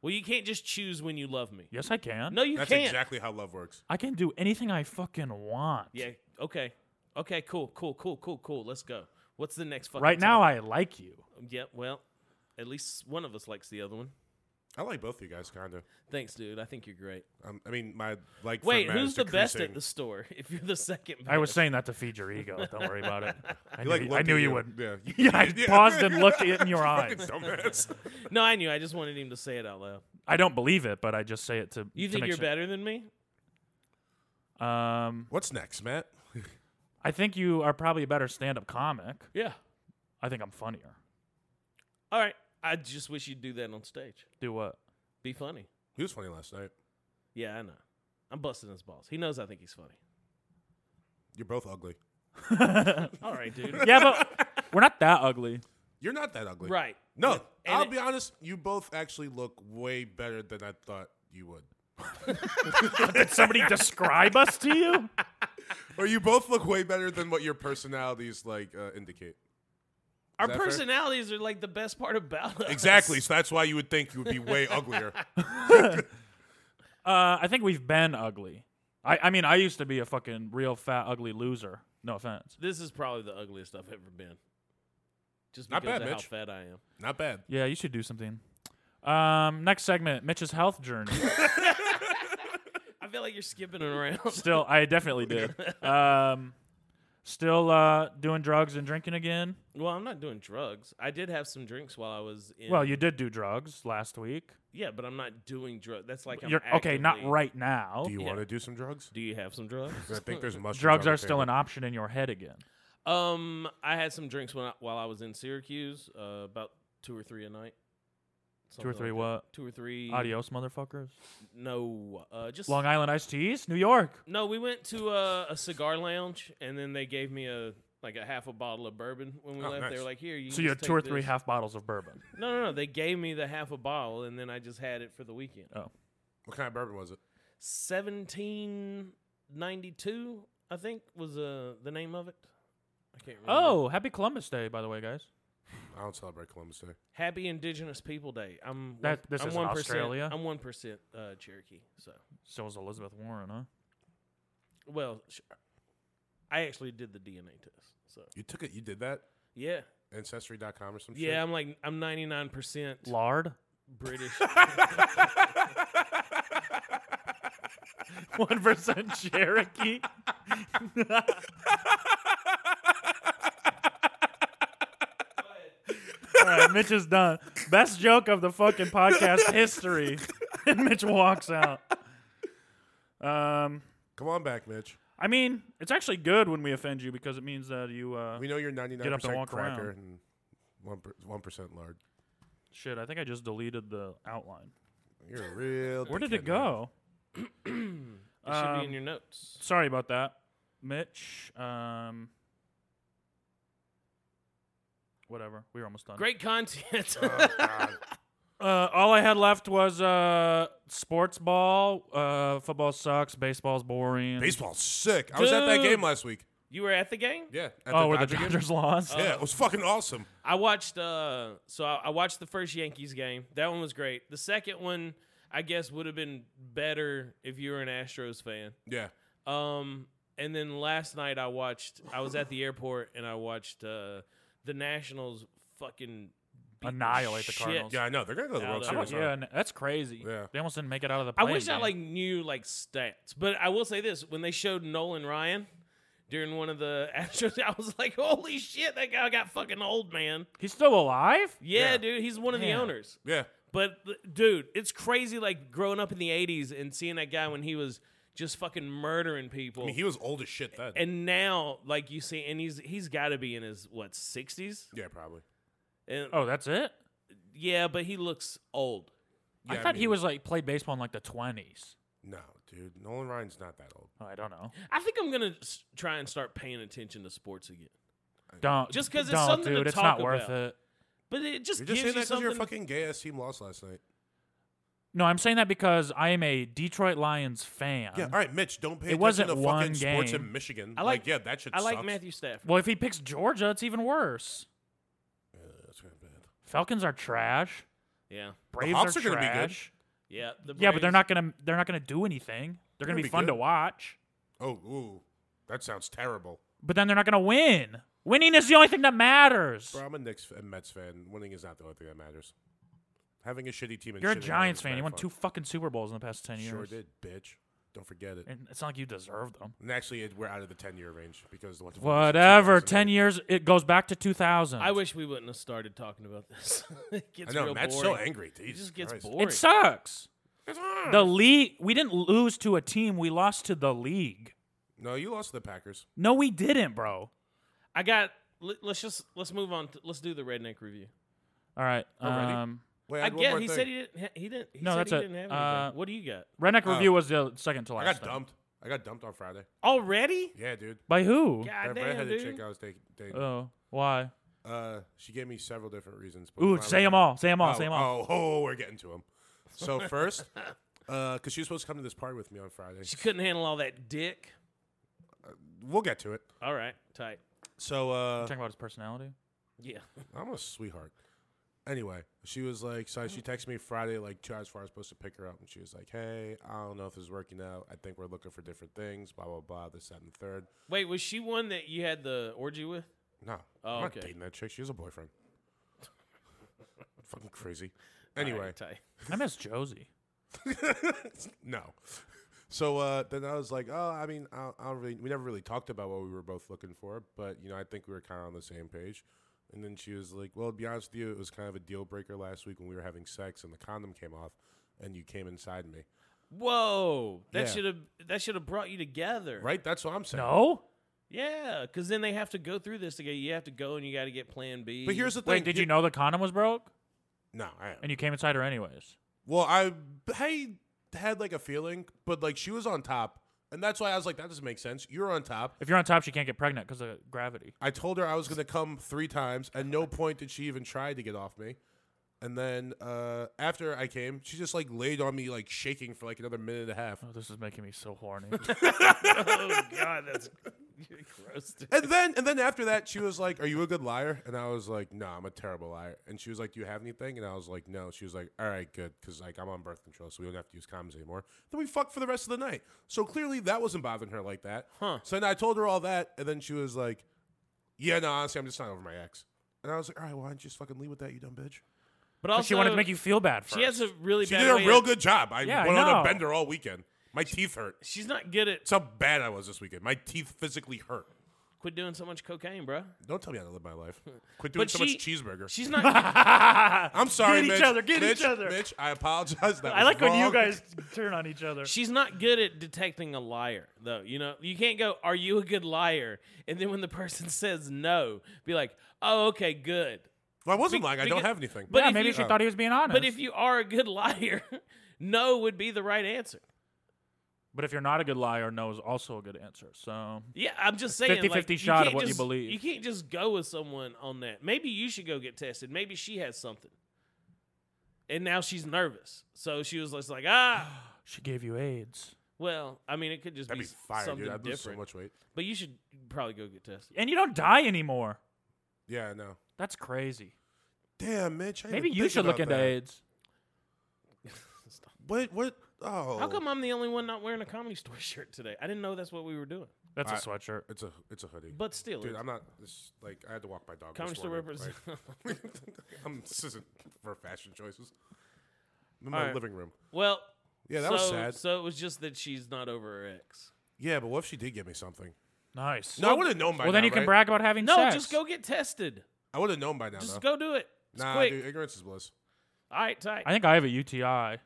Well, you can't just choose when you love me.
Yes, I can.
No, you
That's
can't.
exactly how love works.
I can do anything I fucking want.
Yeah. Okay. Okay. Cool. Cool. Cool. Cool. Cool. Let's go. What's the next fucking?
Right now,
topic?
I like you.
Yeah. Well, at least one of us likes the other one.
I like both of you guys, kind of.
Thanks, dude. I think you're great.
Um, I mean, my like. for
Wait,
Matt
who's
is
the best at
decreasing.
the store? If you're the second. Best.
I was saying that to feed your ego. Don't worry about it. I knew,
like,
you, I
looked
knew
at
you
you.
would.
Yeah.
Yeah, I
Yeah.
paused and looked it in your
Fucking
eyes.
dumbass.
No, I knew. I just wanted him to say it out loud.
I don't believe it, but I just say it to.
You
to
think
make
you're
sure.
better than me?
Um,
What's next, Matt?
I think you are probably a better stand-up comic.
Yeah.
I think I'm funnier.
All right. I just wish you'd do that on stage.
Do what?
Be funny.
He was funny last night.
Yeah, I know. I'm busting his balls. He knows I think he's funny.
You're both ugly.
All right, dude.
Yeah, but we're not that ugly.
You're not that ugly.
Right.
No,
And
I'll
it-
be honest. You both actually look way better than I thought you would.
Did somebody describe us to you?
Or you both look way better than what your personalities like uh, indicate.
Our
that fair?
personalities are like the best part about us.
Exactly. So that's why you would think you would be way uglier.
Uh, I think we've been ugly. I, I mean, I used to be a fucking real fat, ugly loser. No offense.
This is probably the ugliest I've ever been. Just
Not
because
bad,
of
Mitch.
how fat I am.
Not bad.
Yeah, you should do something. Um, next segment, Mitch's health journey.
I feel like you're skipping around.
Still, I definitely did. Um, still uh, doing drugs and drinking again.
well, I'm not doing drugs. I did have some drinks while I was in.
Well, you did do drugs last week.
yeah, but I'm not doing drugs. That's like I'm
You're okay, not
actively-
right now.
Do you
Yeah.
want to do some drugs?
Do you have some drugs?
'Cause I think there's mushrooms.
drugs
on
are
the
still an
table.
option in your head again.
Um, I had some drinks when I, while I was in Syracuse, uh, about two or three a night.
Two or
Something
three
like
what?
that. Two or three.
Adios, motherfuckers.
No, uh, just
Long Island iced teas, New York.
No, we went to a, a cigar lounge, and then they gave me a like a half a bottle of bourbon when we
Oh,
left. They
nice.
were like, "Here, you."
So
can
you
just
had two or
take
three
this."
half bottles of bourbon.
No, no, no. They gave me the half a bottle, and then I just had it for the weekend.
Oh,
What kind of bourbon was it?
Seventeen ninety two, I think, was uh, the name of it. I can't remember.
oh, happy Columbus Day, by the way, guys.
I don't celebrate Columbus Day.
Happy Indigenous People Day. I'm one-
That- this
I'm
isn't
1%,
Australia?
I'm one percent uh, Cherokee. So,
So was Elizabeth Warren, huh?
well, sh- I actually did the DNA test. So,
You took it. You did that.
yeah,
Ancestry.com or some shit.
yeah. I'm like I'm ninety nine percent
Lard.
British.
One percent Cherokee. All right, Mitch is done. Best joke of the fucking podcast history. and Mitch walks out. Um,
Come on back, Mitch.
I mean, it's actually good when we offend you because it means that you. Uh,
We know you're 99 percent
walk
cracker
around.
and one one percent lard.
shit, I think I just deleted the outline.
You're a real.
Where did it
dickhead, man.
go?
It should be
Um,
in your notes.
Sorry about that, Mitch. Um, whatever. We were almost done.
Great content.
Uh, all I had left was uh, sports ball. Uh, football sucks. Baseball's boring.
Baseball's sick. I was at that
Dude.
game last week.
you were at the Oh, game.
Yeah. At
oh, where the
Dodger game.
Dodgers lost.
Yeah, it was fucking awesome.
I watched. Uh, so I, I watched the first Yankees game. That one was great. The second one, I guess, would have been better if you were an Astros fan.
Yeah.
Um, and then last night I watched. I was at the airport and I watched uh, the Nationals fucking beat
Annihilate the
shit.
Cardinals.
Yeah, I know. They're going to go to the
Out
World
of-
How
Series.
about-
huh?
yeah, n- that's crazy.
Yeah.
They almost didn't make it out of the.
I
play
wish I
game.
like knew like stats, but I will say this: when they showed Nolan Ryan during one of the Astros, I was like, "Holy shit, that guy got fucking old, man!"
He's still alive.
Yeah,
Yeah.
dude, he's one of
Yeah.
the owners.
Yeah.
But th- dude, it's crazy like growing up in the '80s and seeing that guy when he was just fucking murdering people,
I mean, he was old as shit then.
and now like you see, and he's he's got to be in his what 60s,
yeah, probably.
and
Oh, that's it.
yeah, but he looks old.
I
Yeah,
thought he
mean,
was like played baseball in like the twenties.
No, dude. Nolan Ryan's not that old.
Oh, I don't know.
I think I'm gonna s- try and start paying attention to sports again.
Don't
Just 'cause it's
don't,
something to
dude. it's
talk
not worth
about.
it.
But it just
You're
gives
just saying
you
that because your
something.
fucking gay ass team lost last night.
No, I'm saying that because I am a Detroit Lions fan.
Yeah, all right, Mitch, don't pay
It
attention
wasn't
to
one
fucking sports
game.
in Michigan.
I
like,
like-
yeah, that shit
I like
sucks.
Matthew Stafford.
Well, if he picks Georgia, it's even worse.
Yeah, that's kinda bad.
Falcons are trash.
Yeah,
Braves
Hawks
are,
are gonna be good.
trash.
yeah. The
Yeah, but they're
Braves-
not gonna they're not gonna do anything. They're gonna, be,
gonna be
fun to
good.
watch,
Oh, ooh. That sounds terrible.
but then they're not gonna win. Winning is the only thing that matters.
Bro, I'm a Knicks and Mets fan. Winning is not the only thing that matters. Having a shitty team. And
You're a
shitting on
Giants
is
fan.
bad
You won
fun.
two fucking Super Bowls in the past ten years.
Sure did, bitch. Don't forget it.
And it's not like you deserved them.
And actually, it, we're out of the ten-year range because what the fuck was it,
Whatever.
2008?
Ten years. It goes back to 2000.
I wish we wouldn't have started talking about this. it gets
I know
real
Matt's
boring.
so angry. Jesus
It just gets
Christ.
boring.
It sucks.
It's hard.
The league. We didn't lose to a team. We lost to the league.
No, you lost to the Packers.
No, we didn't, bro.
I got. let- Let's just let's move on. To, let's do the redneck review.
All right.
Already?
Um,
Wait, I
I
had one
get.
more
He
thing.
said he didn't. ha- He didn't. He
No,
said
that's
he
it.
didn't have anything.
Uh,
what do you got
redneck
Oh.
review was the second to last.
I got
thing.
dumped. I got dumped on Friday.
already?
Yeah, dude.
By who?
God
that
damn,
redheaded chick
dude.
I was taking. dating,
Oh, why?
Uh, she gave me several different reasons. but
Ooh,
finally-
say them all. Say them all.
Oh,
say them all.
Oh, oh, we're getting to them. So first, because she was supposed to come to this party with me on Friday.
She couldn't handle all that dick.
We'll get to it.
All right, tight.
So uh,
Talking about his personality.
Yeah.
I'm a sweetheart. Anyway, she was like, so she texted me Friday, like two hours before I was supposed to pick her up, and she was like, "Hey, I don't know if this is working out. I think we're looking for different things. Blah blah blah. This, that, and the third.
Wait, was she one that you had the orgy with?
No,
Oh,
I'm not
okay.
dating that chick. She has a boyfriend. Fucking crazy.
All right,
Anyway,
tight.
I miss Josie.
no. So uh, then I was like, oh, I mean, I, I don't really. We never really talked about what we were both looking for, but you know, I think we were kind of on the same page. And then she was like, well, to be honest with you, it was kind of a deal breaker last week when we were having sex and the condom came off, and you came inside me.
Whoa, that
Yeah.
should have that should have brought you together.
Right? That's what I'm saying.
No.
Yeah, because then they have to go through this again. You have to go and you got to get Plan B.
But here's the thing.
Wait, did you know the condom was broke?
No, I
And you came inside her anyways.
Well, I I had like a feeling, but like she was on top, and that's why I was like, that doesn't make sense. You're on top.
If you're on top, she can't get pregnant because of gravity.
I told her I was going to come three times. At no point did she even try to get off me. And then uh, after I came, she just like laid on me, like shaking for like another minute and a half.
Oh, this is making me so horny.
oh god, that's you're gross. dude.
And then, and then after that, she was like, "Are you a good liar?" And I was like, "No, I'm a terrible liar." And she was like, "Do you have anything?" And I was like, "No." She was like, "All right, good, because like I'm on birth control, so we don't have to use condoms anymore." Then we fucked for the rest of the night. So clearly that wasn't bothering her like that.
Huh.
So then I told her all that, and then she was like, "Yeah, no, honestly, I'm just not over my ex." And I was like, "All right, well, why don't you just fucking leave with that, you dumb bitch?"
But also,
she wanted to make you feel bad first.
She has a really
She
bad.
did a
way
real
of-
good job. I
Yeah, I
went on
know.
a bender all weekend. My teeth hurt.
She's not good at.
That's how bad I was this weekend. My teeth physically hurt.
Quit doing so much cocaine, bro.
Don't tell me how to live my life. Quit doing
But
so
she-
much cheeseburger.
She's not.
I'm sorry,
Get each
Mitch.
other, get each
Mitch,
other.
Mitch, I apologize. That was
I like when you
wrong.
guys turn on each other.
she's not good at detecting a liar, though. You know, you can't go, "Are you a good liar?" And then when the person says no, be like, "Oh, okay, good."
Well, I wasn't lying. I don't
because-
have anything.
but
yeah,
if
maybe
you-
she thought he was being honest.
But if you are a good liar, no would be the right answer.
but if you're not a good liar, no is also a good answer. So
Yeah, I'm just saying.
50-50
like, you
shot of
can't
what you
just-
believe.
You can't just go with someone on that. Maybe you should go get tested. Maybe she has something. And now she's nervous. So she was just like, ah,
she gave you AIDS.
well, I mean, it could just
That'd
be,
be fire,
something
dude. I'd lose so
different.
much weight.
But you should probably go get tested.
And you don't die anymore.
Yeah, I know.
That's crazy.
Damn, Mitch. I didn't
Maybe
even
you
think
should look
about
into
that.
AIDS.
What? What? Oh,
How come I'm the only one not wearing a comedy store shirt today? I didn't know that's what we were doing.
That's
I-
a sweatshirt.
It's a it's a hoodie.
But still,
Dude,
it's-
I'm not. This, like, I had to walk my dog.
comedy
this
store
morning,
represents.
like- I'm. This isn't for fashion choices. I'm in
All
my
right.
living room.
well,
Yeah, that was
so-
sad.
So it was just that she's not over her ex.
Yeah, but what if she did give me something?
Nice.
No, I would have known by now.
well, then you can
right?
brag about having
No,
sex.
just go get tested.
I would have known by now.
Just go
though.
do it. It's
Nah,
quick.
dude, ignorance is bliss.
All right, tight.
I think I have a UTI.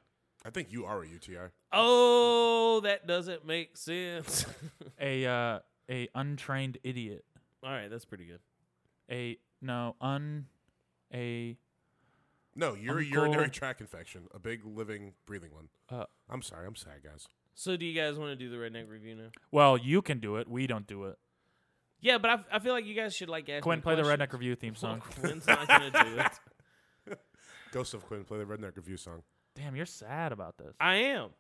I think you are a UTI.
Oh, that doesn't make sense.
A uh, a untrained idiot.
All right, that's pretty good.
A no un a
No, you're a
Uncle-
urinary tract infection, a big living, breathing one.
Uh,
I'm sorry, I'm sad, guys.
So, do you guys want to do the redneck review now?
well, you can do it. We don't do it.
Yeah, but I, I feel like you guys should like ask.
Quinn,
me
play the
questions.
redneck review theme song.
Well, Quinn's not gonna do it.
Ghost of Quinn, play the Redneck Review song.
Damn, you're sad about this.
I am.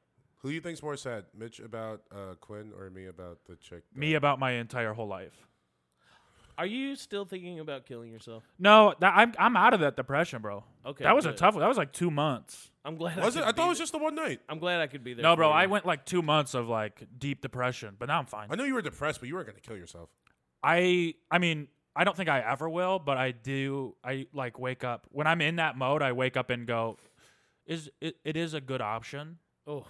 Who do you think's more sad, Mitch about uh, Quinn or me about the chick? that-
Me uh, about my entire whole life.
Are you still thinking about killing yourself?
No, that, I'm I'm out of that depression, bro.
Okay,
that was a
good.
tough one. That was like two months.
I'm glad.
Was
I, could
it? I thought
be
it was
there.
just the one night.
I'm glad I could be there.
No, bro,
for you.
I went like two months of like deep depression, but now I'm fine.
I know you were depressed, but you weren't going to kill yourself.
I I mean, I don't think I ever will, but I do. I like wake up when I'm in that mode. I wake up and go, is it, it is a good option?
Oh,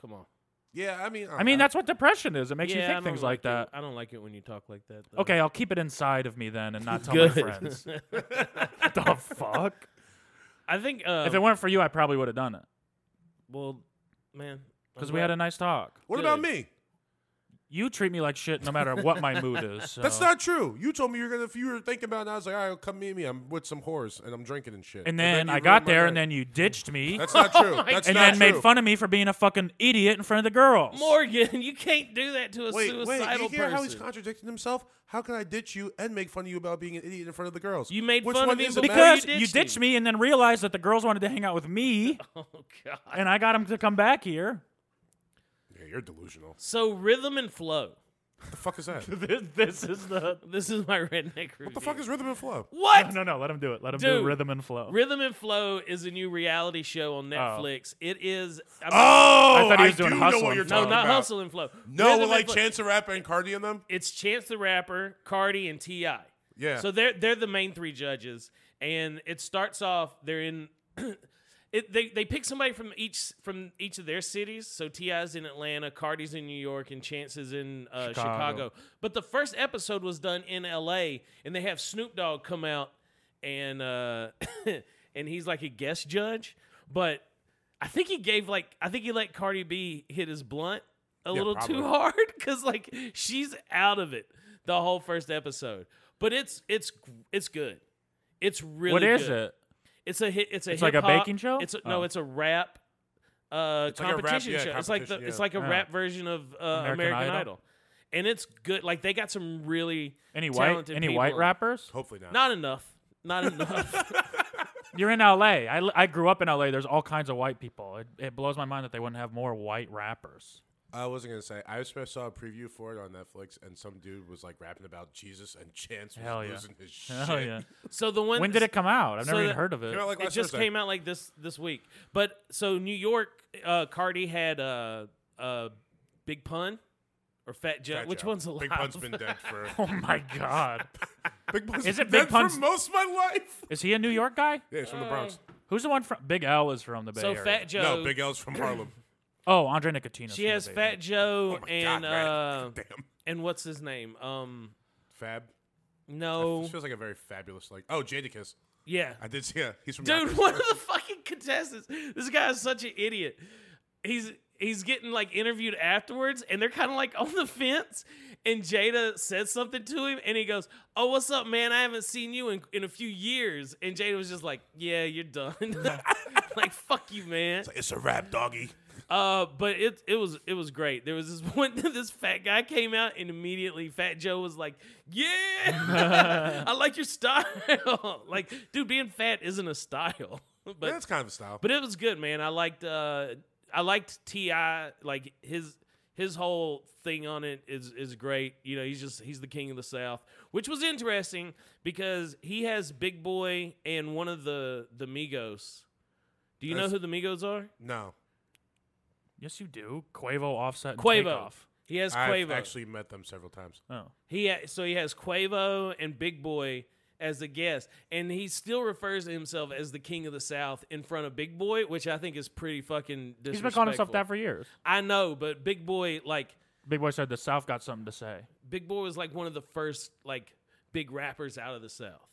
come on.
Yeah, I mean,
I mean, that's what depression is. It makes
Yeah,
you
I
think
don't
things like
like it-
that.
I don't like it when you talk like that. though.
Okay, I'll keep it inside of me then and not tell
Good.
my friends. what the fuck?
I think um,
if it weren't for you, I probably would have done it
well, man, I'm
because we had
glad-
a nice talk.
What about
good.
me?
You treat me like shit no matter what my mood is.
That's
so-
not true. You told me you're gonna. If you were thinking about it, I was like, all right, come meet me. I'm with some whores and I'm drinking and shit.
And then
you
I
ruined
got
my
there,
night.
and then you ditched me,
that's not true. that's
and
not
then made
true.
fun of me for being a fucking idiot in front of the girls.
Morgan. You can't do that to a
Wait, wait.
suicidal
You hear
person.
how he's contradicting himself? How can I ditch you and make fun of you about being an idiot in front of the girls?
You made
Which
fun of
one
me
is it,
before
Matt?
because
you
you
ditched
ditched,
me.
me, and then realized that the girls wanted to hang out with me,
oh God.
and I got them to come back here.
Yeah, you're delusional.
So rhythm and flow.
What the fuck is that? what
This, this is the
This is my redneck review. What
the fuck is rhythm and flow?
what?
no, no, no. Let them do it. Let them
Dude.
do rhythm and flow.
Rhythm and Flow is a new reality show on Netflix. It is I mean,
Oh,
I thought he was doing
do
Hustle
know what
and
you're
Flow.
no,
talking
not
about.
Hustle and Flow.
No,
Rhythm and
like
Flow-
Chance the Rapper and Cardi and them.
It's Chance the Rapper, Cardi, and Ti.
Yeah.
So they're they're the main three judges, and it starts off they're in. It, they, they pick somebody from each from each of their cities. So Ti's in Atlanta, Cardi's in New York, and Chance is in uh, Chicago.
Chicago.
But the first episode was done in L.A. and they have Snoop Dogg come out and uh, and he's like a guest judge. But I think he gave like I think he let Cardi B hit his blunt a little too
probably.
hard because like she's out of it the whole first episode. But it's it's it's good. It's really
what is
good.
it?
It's a hit. It's a
It's like a
hip-hop-
baking show?
It's a, no,
Oh.
it's a rap uh,
like a rap-
competition
yeah,
show. it's like the,
competition,
it's
yeah.
like a
Yeah. Oh.
rap version of uh, American, Idol.
Idol?
and it's good. Like they got some really
Any white
talented
any
people.
white rappers?
Hopefully not.
Not enough. Not enough.
You're in LA. I, li- I grew up in LA. There's all kinds of white people. It, it blows my mind that they wouldn't have more white rappers.
I wasn't gonna say. I just saw a preview for it on Netflix, and some dude was like rapping about Jesus, and Chance was
Hell yeah.
losing his shit.
Oh yeah.
so the one
When did it come out? I've
so
never
that-
even heard of it.
Came out like
it
last
just
Thursday.
came out like this this week. But so New York, uh, Cardi had uh, uh, Big Pun or Fat Joe.
Fat
Which
job.
one's alive?
Big Pun's been dead for.
Oh my god.
Big Pun's
Is
been
it Big
dead
Pun's-
for most of my life?
Is he a New York guy?
Yeah, he's from the Bronx.
Who's the one from Big L is from the Bay
so
Area.
Fat Joe.
No, Big L's from Harlem.
Oh, Andre Nicotino.
she has Fat Joe
Oh my
and
God, Matt.
uh,
Damn.
and what's his name? Um,
Fab.
No.
This feels like a very fabulous like. Oh, Jadakiss.
Yeah.
I did see. Yeah, he's from.
Dude,
Yonkers.
one of the fucking contestants. This guy is such an idiot. He's he's getting like interviewed afterwards, and they're kind of like on the fence. And Jada says something to him, and he goes, "Oh, what's up, man? I haven't seen you in, in a few years." And Jada was just like, "Yeah, you're done. like, fuck you, man."
It's a rap, doggy.
Uh, but it it was it was great. There was this one this fat guy came out and immediately Fat Joe was like, "Yeah, I like your style." like, dude, being fat isn't a style.
But
But
that's kind of a style.
but it was good, man. I liked uh I liked Ti like his his whole thing on it is is great. You know, he's just he's the king of the South, which was interesting because he has Big Boy and one of the the Migos. Do you know
That's-
who the Migos are?
no,
Yes, you do. Quavo, Offset, and
Quavo.
Takeoff.
He has
I've
Quavo.
actually met them several times.
Oh,
He ha- so he has Quavo and Big Boy as the guest, and he still refers to himself as the King of the South in front of Big Boy, which I think is pretty fucking. Disrespectful.
he's been calling himself that for years.
I know, but Big Boy like
Big Boy said the South got something to say.
Big Boy was like one of the first like big rappers out of the South.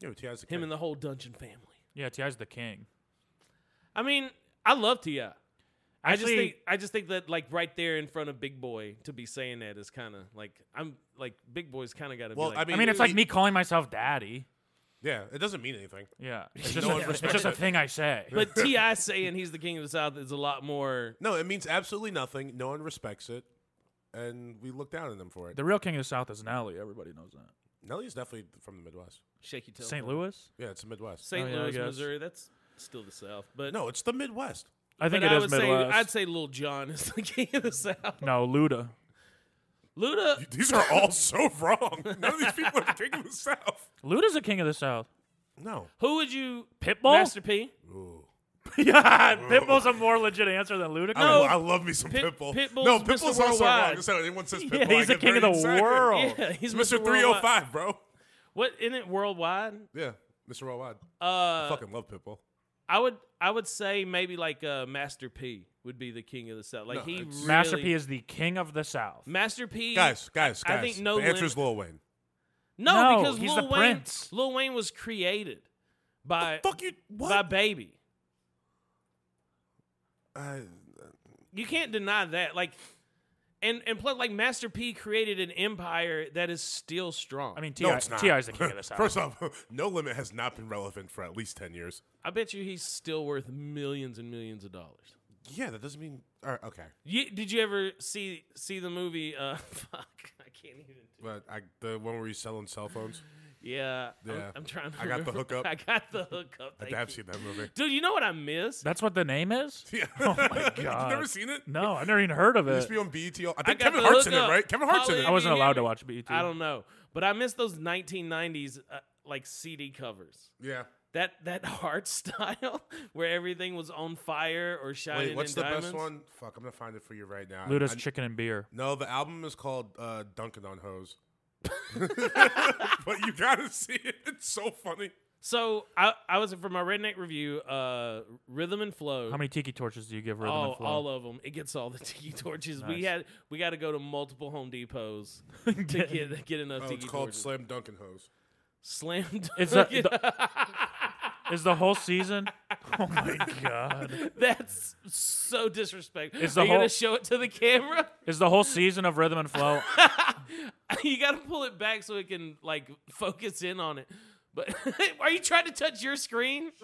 Yeah, but T.I.'s the
Him
king.
and the whole Dungeon family.
Yeah, Ti's the king.
I mean, I love Ti. I just
Actually-
think I just think that like right there in front of Big Boy to be saying that is kind of like I'm like Big Boy's kind of got to
Well,
be like,
I
I mean, it's like
he-
me calling myself daddy.
yeah, it doesn't mean anything.
Yeah, it's just,
no
a,
one
it's just a thing I say.
but Ti saying he's the King of the South is a lot more
No, it means absolutely nothing. No one respects it, and we look down on them for it.
the real king of the South is Nelly. Everybody knows that.
Nelly's definitely from the Midwest.
Shake your tail.
St. Louis.
Yeah, it's the Midwest.
St.
Oh, yeah, I
Louis,
guess.
Missouri. That's still the South, but
No, it's the Midwest.
I think
but
it
I
is
would
Midwest.
say I'd say Little John is the king of the South.
no, Luda.
Luda,
These are all so wrong. None of these people are taking the South.
Luda's the king of the South.
No.
who would you
Pitbull?
Master P?
Ooh.
yeah, Pitbull's a more legit answer than Luda.
I, I love me some
Pit-
Pitbull.
Pitbull's
no,
Mr.
Pitbull's also
Worldwide.
wrong. So anyone says Pitbull,
Yeah, he's the
I get
king of the
very excited.
world.
Yeah, he's
It's Mr.
Worldwide.
305, bro.
What in it worldwide?
Yeah, Mr. Worldwide. I
Uh,
fucking love Pitbull.
I would I would say maybe like uh, Master P would be the king of the South. Like
No,
he
it's-
really,
Master P is the king of the South.
Master P.
Guys, guys,
I
guys.
think no
the answer
lim-
is Lil Wayne.
no,
No,
because
he's
Lil
the
Wayne,
prince.
Lil Wayne was created by
Fuck you.
by
What?
Baby.
Uh,
you can't deny that. Like, and and plus, like Master P created an empire that is still strong.
I mean, Ti
no, it's not.
Ti is the king of the South.
First off, No Limit has not been relevant for at least 10 years.
I bet you he's still worth millions and millions of dollars.
Yeah, that doesn't mean. All right, okay.
You, did you ever see see the movie? Uh, fuck, I can't even. do-
But I, the one where he's selling cell phones,
Yeah,
Yeah.
I'm, I'm trying to.
I got the
remember.
hookup.
I got the hookup.
I've
Thank you.
seen that movie.
Dude, you know what I miss?
That's what the name is.
Yeah.
Oh my
You've
god.
never seen it?
No, I've never even heard of
It used
it.
to be on BET. all- I
I
think
got
Kevin
the
Hart's in it,
hookup.
right? Kevin Hart's in
Holly-
it.
I wasn't
you hear
allowed
me?
to watch E BET.
I don't know, but I miss those 1990s uh, like CD covers.
Yeah.
That that art style where everything was on fire or shining.
Wait, what's
in
the
diamonds.
best one? Fuck, I'm gonna find it for you right now.
Luda's
I-
chicken and beer.
no, the album is called uh, Dunkin' on Hose. but you gotta see it. It's so funny.
So I, I was for my redneck review, uh, rhythm and flow.
How many tiki torches do you give Rhythm
oh,
and Flow?
all of them. It gets all the tiki torches. We
Nice.
had we got to go to multiple Home Depots to get get enough
Oh,
tiki
it's called
torches.
Slam Dunkin' Hose.
Slam.
It's
dunk.
a- is the whole season? Oh my god!
That's so disrespectful.
It's the
Are you gonna
whole-
show it to the camera?
Is the whole season of Rhythm and Flow?
you got to pull it back so it can like focus in on it. But are you trying to touch your screen?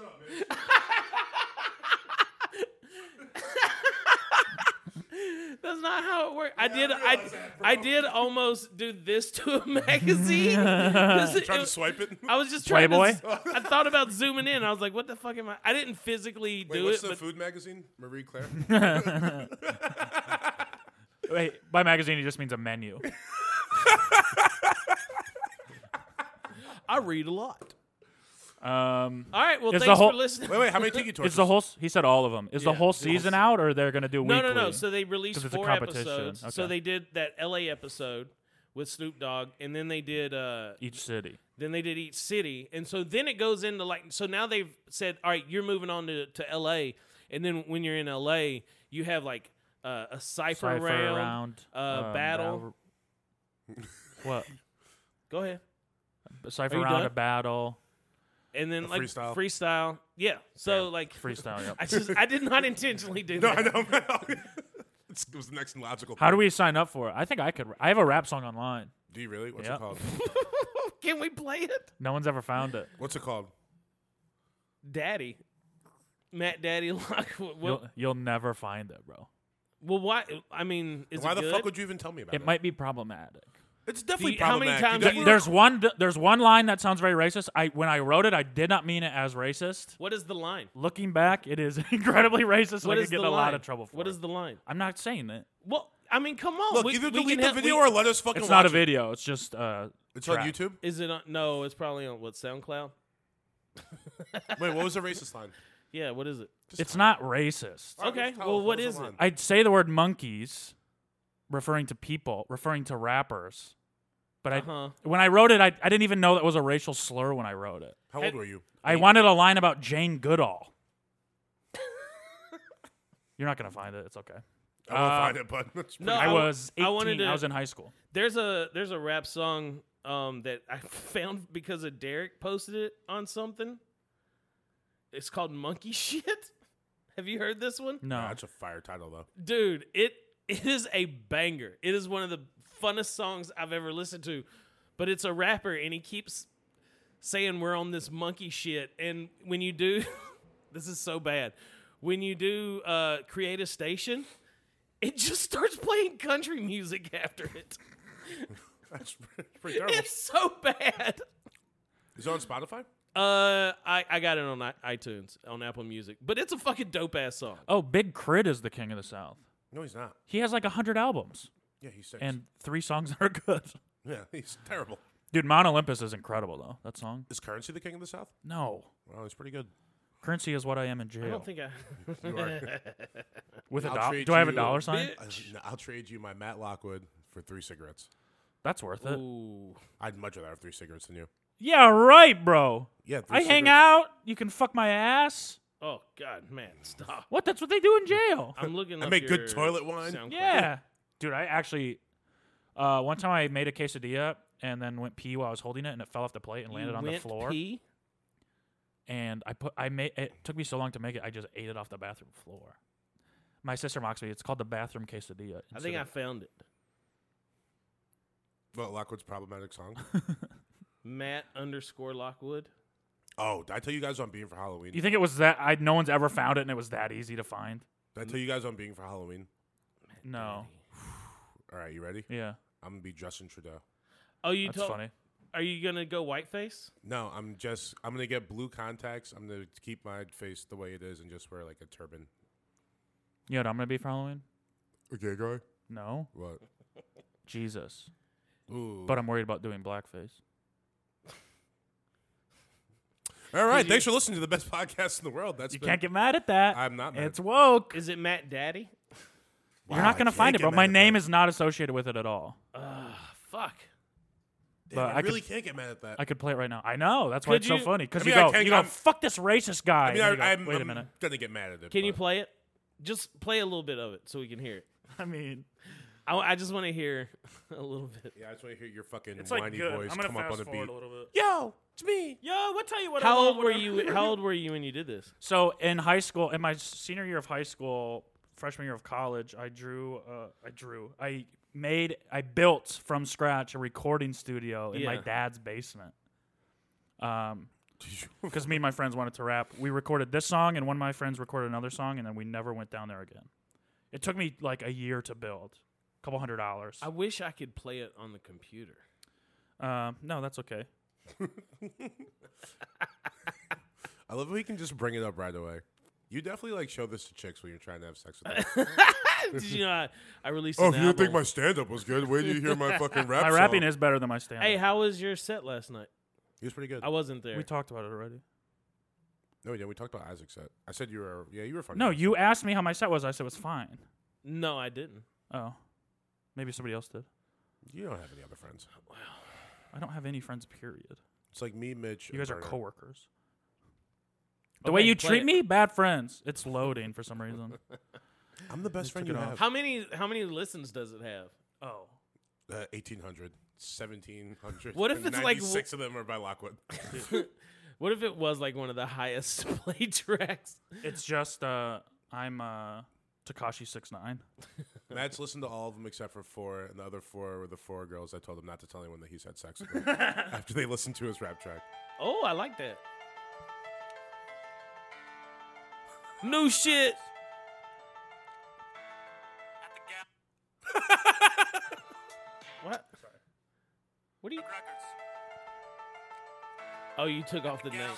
That's not how it works. I did. I,
realize that,
I
bro.
did almost do this to a magazine. 'Cause it-
Trying to swipe it.
I was just trying
Playboy?
to. I thought about zooming in. I was like, "What the fuck am I?" I didn't physically
Wait,
do
what's
it,
the
but
food magazine? Marie Claire.
Wait, by magazine he just means a menu.
I read a lot.
Um,
All right. Well,
Is the
thanks for
whole-
listening.
wait, wait, how many tiki torches?
is the whole? s- He said all of them. Is the
Yeah.
whole season out, or they're gonna do
No,
weekly?
no, no. So they released
'Cause it's a
four
competition.
episodes. So
Okay.
they did that LA episode with Snoop Dogg, and then they did uh
each city.
then they did each city, and so then it goes into like so now they've said all right, you're moving on to to LA, and then when you're in LA, you have like uh, a cipher,
Cipher
round,
round,
uh, battle.
What?
Go ahead.
Cipher
Are you
round
done?
a battle.
And then
A
like
freestyle?
freestyle. Yeah. So
Yeah,
like
freestyle, yep.
I just I did not intentionally do
No,
that.
I know. It's- it was the next logical.
How do
thing.
we sign up for it? I think I could. I have a rap song online.
Do you really? What's
Yeah.
it called?
Can we play it?
No one's ever found it.
What's it called?
Daddy. Matt Daddy Lockwood. Well,
You'll, you'll never find it, bro.
well why I mean, is
Why
it
the
good?
fuck would you even tell me about it?
It might be problematic.
It's definitely
you- how many
problematic.
times
You
have
definitely-
you-
There's one. There's one line that sounds very racist. I when I wrote it, I did not mean it as racist.
What is the line?
Looking back, it is incredibly racist.
What
and I
is
could get
the
in a lot
line?
of trouble for
What
it.
is the line?
I'm not saying that.
Well, I mean, come on.
Look,
we-
either
we
delete
can
the
have-
video
we-
or let us fucking
It's not a
watch it.
video. It's just uh.
It's on
trap.
YouTube?
Is it on? No, it's probably on what SoundCloud.
Wait, what was the racist line?
Yeah, what is it?
It's not racist.
Alright,
Okay,
just tell
well,
us.
what
was
is
the
it?
line?
I'd say the word monkeys, referring to people, referring to rappers. But I,
Uh-huh.
when I wrote it, I, I didn't even know that was a racial slur when I wrote it.
How old were you?
I wanted a line about Jane Goodall. You're not gonna find it. It's okay.
I won't
Uh,
find it, but it's
No,
I,
I w-
was
I
18. I,
wanted to-
was in high school.
There's a there's a rap song um, that I found because of Derek posted it on something. It's called Monkey Shit. Have you heard this one,
No,
Nah, that's a fire title though.
dude? It it is a banger. It is one of the funnest songs I've ever listened to. But it's a rapper, and he keeps saying we're on this monkey shit. And when you do, this is so bad. When you do uh, create a station, it just starts playing country music after it.
That's pretty terrible.
It's so bad.
Is it on Spotify?
Uh, I, I got it on i- iTunes on Apple Music, but it's a fucking dope ass song.
oh, Big Crit is the king of the South.
No, he's not.
He has like hundred albums
Yeah, he's six.
and three songs that are good.
yeah, he's terrible.
Dude, Mount Olympus is incredible though. That song.
Is Currency the king of the South?
No,
Well, he's pretty good.
currency is what I am in jail.
I don't think I.
You are.
With a
I'll
dollar.
trade
Do I have a
you-
dollar sign?
Bitch.
I'll trade you my Matt Lockwood for three cigarettes.
That's worth it.
Ooh,
I'd much rather have three cigarettes than you.
Yeah, right, bro.
Yeah,
I
three
hang
cigarettes.
out. You can fuck my ass.
oh god, man, stop!
What? That's what they do in jail.
I'm looking.
I
up
make good
your
toilet wine.
SoundCloud.
yeah, dude. I actually, uh, one time I made a quesadilla and then went pee while I was holding it, and it fell off the plate and
You
landed on the
went
floor.
pee?
And I put, I made. It took me so long to make it. I just ate it off the bathroom floor. My sister mocks me. It's called the bathroom quesadilla.
I think I
instead
found it.
Well, Lockwood's problematic song.
Matt underscore Lockwood.
oh, did I tell you guys on being for
of-
Halloween?
You think it was that? I no one's ever found it, and it was that easy to find.
Did I tell you guys on being for Halloween?
No.
All right, you ready?
Yeah,
I'm gonna be Justin Trudeau.
Oh, you
that's
told.
funny.
Are you gonna go whiteface?
No, I'm just. I'm gonna get blue contacts. I'm gonna keep my face the way it is and just wear like a turban.
You know what I'm gonna be following?
Okay, guy.
No,
What?
Jesus.
Ooh.
But I'm worried about doing blackface.
All right.
you-
Thanks for listening to the best podcast in the world. That's
You
been-
can't get mad at that.
I'm not mad.
It's woke.
Is it Matt Daddy?
You're not
I
gonna
can't
find it,
get
bro.
mad
My
at
name
that.
is not associated with it at all.
Uh, fuck.
Damn,
but
I,
I could-
really can't get mad at that.
I could play it right now. I know. That's why
Could
it's so
you-
funny. Because you
I mean, I
go,
can't-
you go,
I'm-
fuck this racist guy.
I mean,
and
I,
you go,
I'm,
Wait
I'm
a minute.
gonna get mad at it.
Can you
but-
play it? Just play a little bit of it so we can hear it.
I mean,
I, I just want to hear a little bit.
Yeah, I just want to hear your fucking
it's like
whiny
good.
voice
I'm gonna
come up
fast
on the
forward
beat.
a little bit.
Yo, it's me.
Yo, I'll tell you what.
How old were you? How old were you when you did this?
So in high school, in my senior year of high school, freshman year of college, I drew. Uh, I drew. I made. I built from scratch a recording studio in my
Yeah.
dad's basement. Um, because me and my friends wanted to rap. We recorded this song, and one of my friends recorded another song, and then we never went down there again. It took me like a year to build, a couple hundred dollars.
I wish I could play it on the computer.
Um, no, that's okay.
I love how we can just bring it up right away. You definitely like show this to chicks when you're trying to have sex with them.
Did you know I, I released?
oh,
an
if you didn't think
album.
my stand up was good, wait till you hear my fucking rap.
My rapping
song.
is better than my stand.
Hey, how was your set last night?
He was pretty good.
I wasn't there.
we talked about it already.
no, yeah, we talked about Isaac's set. I said you were, yeah, you were funny.
No, you asked me how my set was. I said it was fine.
no, I didn't.
Oh, maybe somebody else did.
you don't have any other friends.
I don't have any friends. Period.
It's like me, Mitch.
You
and
guys are
Bernard.
coworkers. The
Okay,
way you
play
treat
it.
me, bad friends. It's loading for some reason.
I'm the best friend
took
you
it off.
have.
How many how many listens does it have?
oh,
Uh, 1800. seventeen hundred.
What if it's like w-
six of them are by Lockwood?
What if it was like one of the highest played tracks?
It's just uh, I'm uh, Takashi six nine.
Matt's listened to all of them except for four, and the other four were the four girls I told him not to tell anyone that he's had sex with them after they listened to his rap track.
Oh, I like that. New shit. What? What are you? Oh, you took off the name.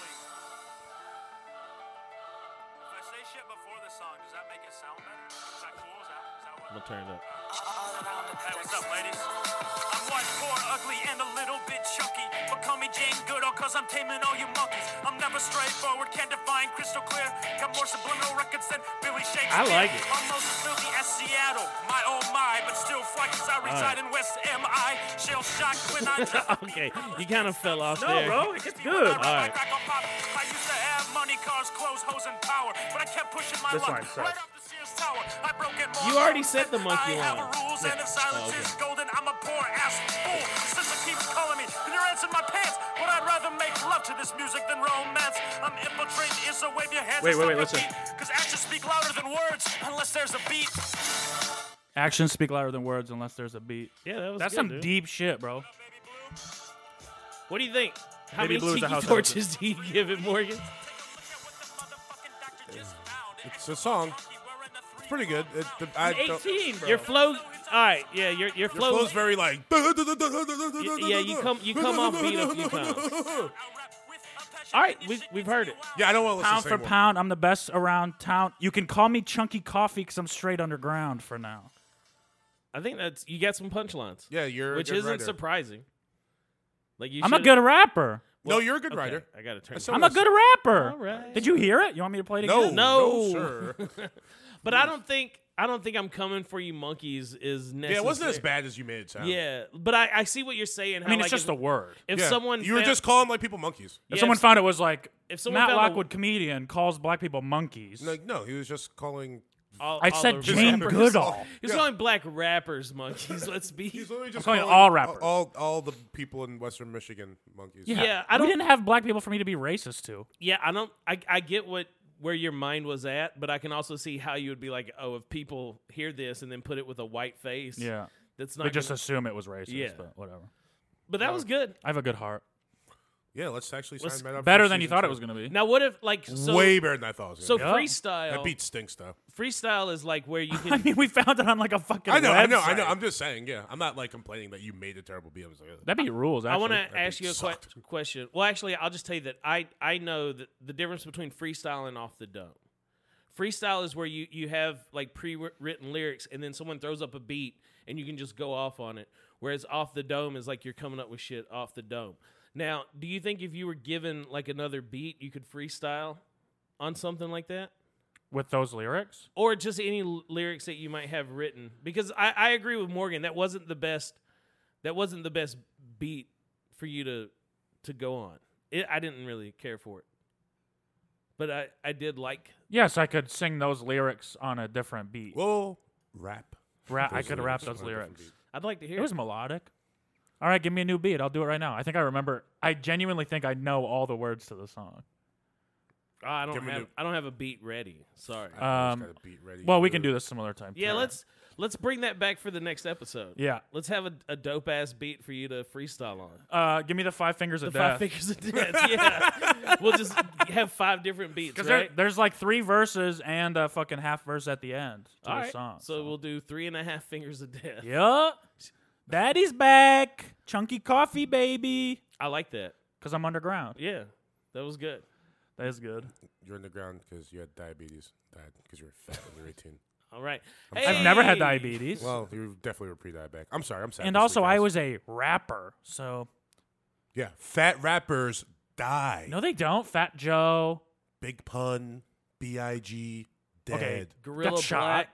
I'm gonna turn it up.
Hey, what's up, ladies? I'm white, poor, ugly, and a little bit chunky. But call me Jane Goodall, cause I'm taming all you monkeys. I'm never straightforward, can't define crystal clear. Got more subliminal records than Billy Shakespeare.
I like it.
Almost as filthy as Seattle, my oh my, but still fly 'cause I reside in West MI. Shell shock when I drop.
Okay, you kind of fell off there.
it gets
When I rap,
All
I
right.
crack a pop. I used to have money, cars, clothes, hoes, and power. But I kept pushing my
This
luck
line sucks.
right up the Sears Tower. I broke it more
You already
times
said the
than
monkey
I have
line.
rules, and if silence
Oh, okay.
is golden, I'm a poor ass fool. The sister keeps calling me, and your ants in my pants. But I'd rather make love to this music than romance. I'm infiltrating is so wave your hands.
Wait,
and
wait,
stop
wait, listen.
your beat, Cause actions speak louder than words, unless there's a beat.
Actions speak louder than words unless there's a beat.
Yeah, that was
That's
good,
some
dude.
deep shit, bro.
Baby blue.
What do you think? How
Baby Blue
many
is a
tiki
house
torches do you give it, Morgan?
Take a look at what the motherfucking doctor just found.
It's a song. It's pretty good. It, the, I don't-
bro.
Your flow. All right, yeah, your your
Your
flow.
flow's very like.
yeah, you come you come off beat a few times. All right, we, we've heard it.
Yeah, I don't want to listen
Pound
to
for
the same one.
pound, I'm the best around town. You can call me Chunky Coffee because I'm straight underground for now.
I think that's you got some punchlines.
Yeah, you're a
which
good
isn't
writer.
surprising. Like you,
I'm a
should've-
good rapper.
No, you're a good
Okay,
writer.
I gotta turn.
That's
it
so-
I'm a good rapper.
All right.
Did you hear it? You want me to play it
No,
again?
No.
no, sir.
But I don't think I don't think I'm coming for you, monkeys. Is necessary.
Yeah, it wasn't as bad as you made it sound.
Yeah, but I, I see what you're saying.
I mean, it's
how, like,
just
if,
a word.
if
Yeah.
someone
you were
fa-
just calling like people monkeys.
If
yeah,
someone
if-
found it was like
if someone
Matt
found a-
Lockwood comedian calls black people monkeys.
No, no, he was just calling.
all-
I
all
said
the
Jane
rappers-
Goodall.
He's
Yeah.
calling black rappers monkeys. Let's be.
He's literally just
calling all rappers.
all all the people in Western Michigan monkeys.
Yeah, I don't-
We didn't have black people for me to be racist to.
Yeah, I don't. I I get what where your mind was at, but I can also see how you would be like, oh, if people hear this and then put it with a white face.
Yeah.
that's
They
not.
just
gonna-
assume it was racist,
Yeah.
but whatever.
but that was good.
I have a good heart.
yeah. Let's actually sign
Let's-
that up.
Better
for
than you
season
thought
two.
it was going to be.
Now, what if like so
Way better than I thought it was.
so
gonna
Yeah.
be.
freestyle?
that beat stinks though.
freestyle is like where you can.
I mean, we found it on like a fucking
I know, I know, I
website.
know. I'm just saying. Yeah, I'm not like complaining that you made a terrible beat. I'm just like, ugh.
That'd be rules, actually.
I want to ask
beat
you a que-
sucked.
question. Well, actually, I'll just tell you that I I know that the difference between freestyle and off the dome. Freestyle is where you you have like pre-written lyrics and then someone throws up a beat and you can just go off on it. Whereas off the dome is like you're coming up with shit off the dome. Now, do you think if you were given like another beat, you could freestyle on something like that?
With those lyrics?
or just any l- lyrics that you might have written because I, I agree with morgan that wasn't the best that wasn't the best beat for you to to go on it, i didn't really care for it but i i did like
Yes, I could sing those lyrics on a different beat.
Whoa, rap.
Ra- I
Those
could rap
lyrics
those
on a different
lyrics.
i'd like to hear
It was
it.
melodic. All right, give me a new beat. I'll do it right now. I think I remember. I genuinely think I know all the words to the song.
Oh, i don't
Give me
have
the- Uh,
I i don't have a beat ready sorry
I always
Um,
got a beat ready.
Well, we can do this some other time.
yeah
too.
let's let's bring that back for the next episode
Yeah.
let's have a, a dope ass beat for you to freestyle on
Uh, give me the five fingers
the
of death.
five fingers of death yeah we'll just have five different beats
Because
right
there's like three verses and a fucking half verse at the end to
All
the
right.
song.
so, we'll do three and a half fingers of death
Yup. Daddy's back. Chunky coffee, baby.
I like that.
Because I'm underground.
Yeah, that was good.
That is good.
You're in the ground because you had diabetes. Died because you were fat when you were 18.
All right.
I've never had
Hey!
diabetes.
Well, you definitely were pre-diabetic. I'm sorry. I'm sad.
and
this
also,
week,
I
guys.
was a rapper. So,
Yeah, fat rappers die.
no, they don't. Fat Joe.
Big pun. Big dead.
Okay.
Gorilla
Got
Black.
shot.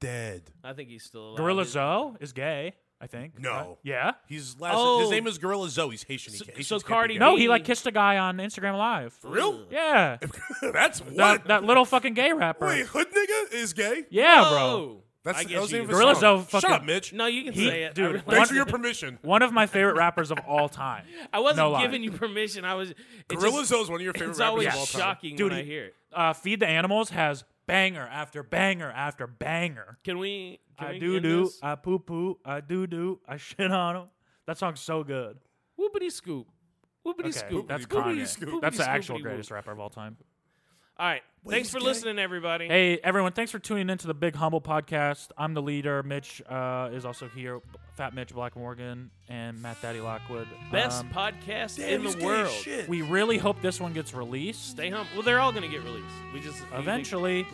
Dead.
I think he's still alive.
Gorilla
He's-
Zoe is gay, I think.
No.
Right? Yeah.
He's last.
Oh.
His name is Gorilla Zoe. He's Haitian. He
So-
can't-
so
Haitians can't be
Cardi
gay.
No, he like
He-
kissed a guy on Instagram Live.
For real?
Yeah.
That's what.
That, that little fucking gay rapper.
Wait, hood nigga is gay?
Yeah, bro.
Whoa! Oh,
That's
I
that
get
was the
you.
name of his
Gorilla
song.
Zoe
Shut
fucking-
up, Mitch.
No, you can
He-
say it.
dude,
I, realize-
Thanks for your permission.
One of my favorite rappers of all time.
I wasn't
No lie.
giving you permission. I was. It
Gorilla
just-
Zoe is one of your favorite
It's
rappers
always
of all time.
shocking
Dude,
when I
he-
hear it.
Uh, Feed the Animals has banger after banger after banger.
Can we? Can
I
we
do
end
do,
this?
I poo poo, I do do, I shit on him. That song's so good.
Whoopity scoop. Whoopity
Okay,
scoop.
that's
Whoopity
Kanye.
scoop.
That's the
Whoopity
actual
scoopity
greatest
whoop.
rapper of all time.
All right. Thanks
he's
for
gay.
listening, everybody.
Hey everyone, thanks for tuning in to the Big Humble Podcast. I'm the leader. Mitch uh, is also here. Fat Mitch Black Morgan and Matt Daddy Lockwood.
Best
Um,
podcast
Damn,
in
he's
the
gay as
world.
Shit.
we really hope this one gets released
Stay home. Well, they're all gonna get released. We just we think-
eventually.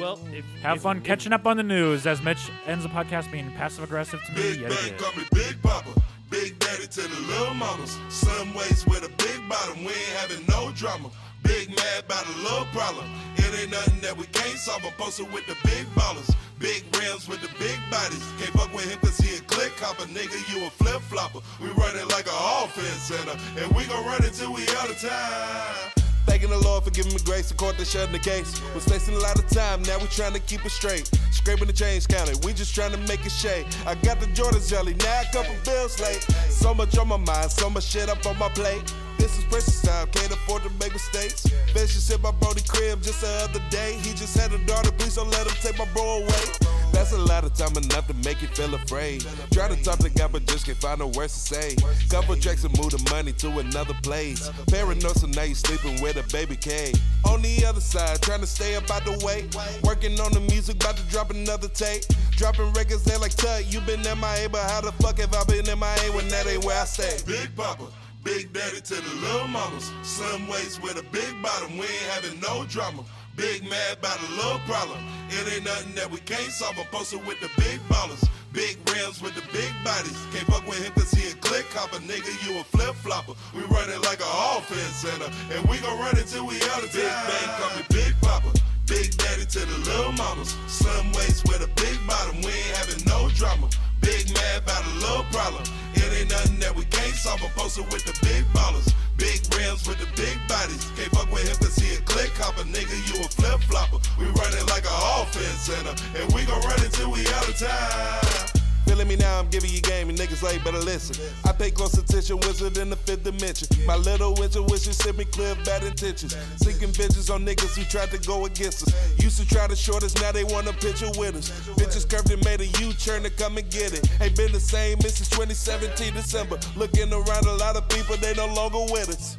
well, if,
Have
if-
fun
if-
catching up on the news as Mitch ends the podcast being passive aggressive to me
Big
yet
Bang
again.
call me Big Papa. Big Daddy to the little mamas. Some ways with a big bottom, we ain't having no drama. Big mad about a little problem. It ain't nothing that we can't solve. I'm posted with the big ballers. Big rims with the big bodies. Can't fuck with him cause he a click hopper. Nigga, you a flip flopper. We run it like an offense center. And we gon' run it till we out of time. Thanking the Lord for giving me grace to court to shut the case. Was facing a lot of time, now we trying to keep it straight. Scraping the change counter, we just trying to make it shake. I got the Jordans jelly, now a couple bills late. So much on my mind, so much shit up on my plate. This is precious time, can't afford to make mistakes. Vicious hit my brody crib just the other day. He just had a daughter, please don't let him take my bro away. That's a lot of time enough to make you feel afraid. Try to talk to God, but just can't find no words to say. Couple tracks and move the money to another place. Paranoid, so now you sleeping with a baby K. On the other side, trying to stay up out the way. Working on the music, about to drop another tape. Dropping records, they like Tut. You been MIA, but how the fuck have I been MIA when that ain't where I stay? Big Papa. Big daddy to the little mamas. Some ways with a big bottom, we ain't having no drama. Big mad about a little problem. It ain't nothing that we can't solve. I'm posted with the big ballers. Big rims with the big bodies. Can't fuck with him cause he a click hopper. Nigga, you a flip flopper. We run it like an offense center. And we gon' run it till we out of time. Big bang, call me Big Papa. Big daddy to the little mamas. Slim waist with a big bottom. We ain't having no drama. Big mad about a little problem. It ain't nothing that we can't solve. I'm posted with the big ballers. Big rims with the big bodies. Can't fuck with him cause he a click hopper. Nigga, you a flip flopper. We run it like an offense center. And we gon' run it till we out of time. Feeling me now, I'm giving you game, and niggas like better listen. I pay close attention, wizard in the fifth dimension. My little intuition sent me clear of bad intentions. Seeking vengeance on niggas who tried to go against us. Used to try to short us, now they want a picture with us. Bitches curved and made a U turn to come and get it. Ain't been the same since 2017 December. Looking around a lot of people, they no longer with us.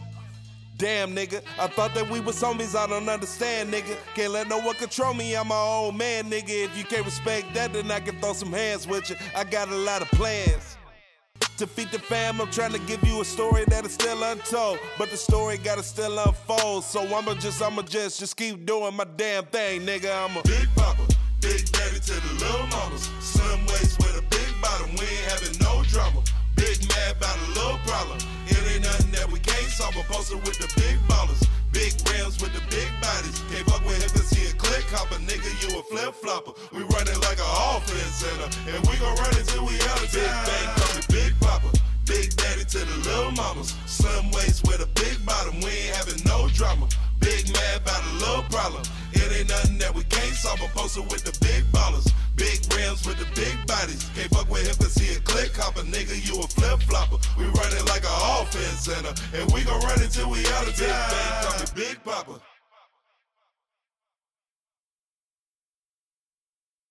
Damn, nigga. I thought that we was homies. I don't understand, nigga. Can't let no one control me. I'm my own man, nigga. If you can't respect that, then I can throw some hands with you. I got a lot of plans. To feed the fam, I'm trying to give you a story that is still untold. But the story gotta still unfold. So I'ma just, I'ma just, just keep doing my damn thing, nigga. I'm a big papa, big daddy to the little mamas. Some ways with a big bottom, we ain't having no drama. Big mad about a little problem. It ain't nothing that we can't solve. I'm posted with the big ballers. Big rims with the big bodies. Can't fuck with him cause he a click hopper. Nigga, you a flip flopper. We run it like an offense center. And we gon' run it till we out of time. Big bang, call me Big Papa. Big daddy to the little mamas. Slim waist with a big bottom. We ain't having no drama. Big mad about a little problem. It ain't nothing that we can't solve. I'm posted with the big ballers. Big rims with the big bodies. Can't fuck with him cause he a click hopper. Nigga, you a flip flopper. We run it like an offense center. And we gon' run it till we out of time. Big bang, call me Big Papa.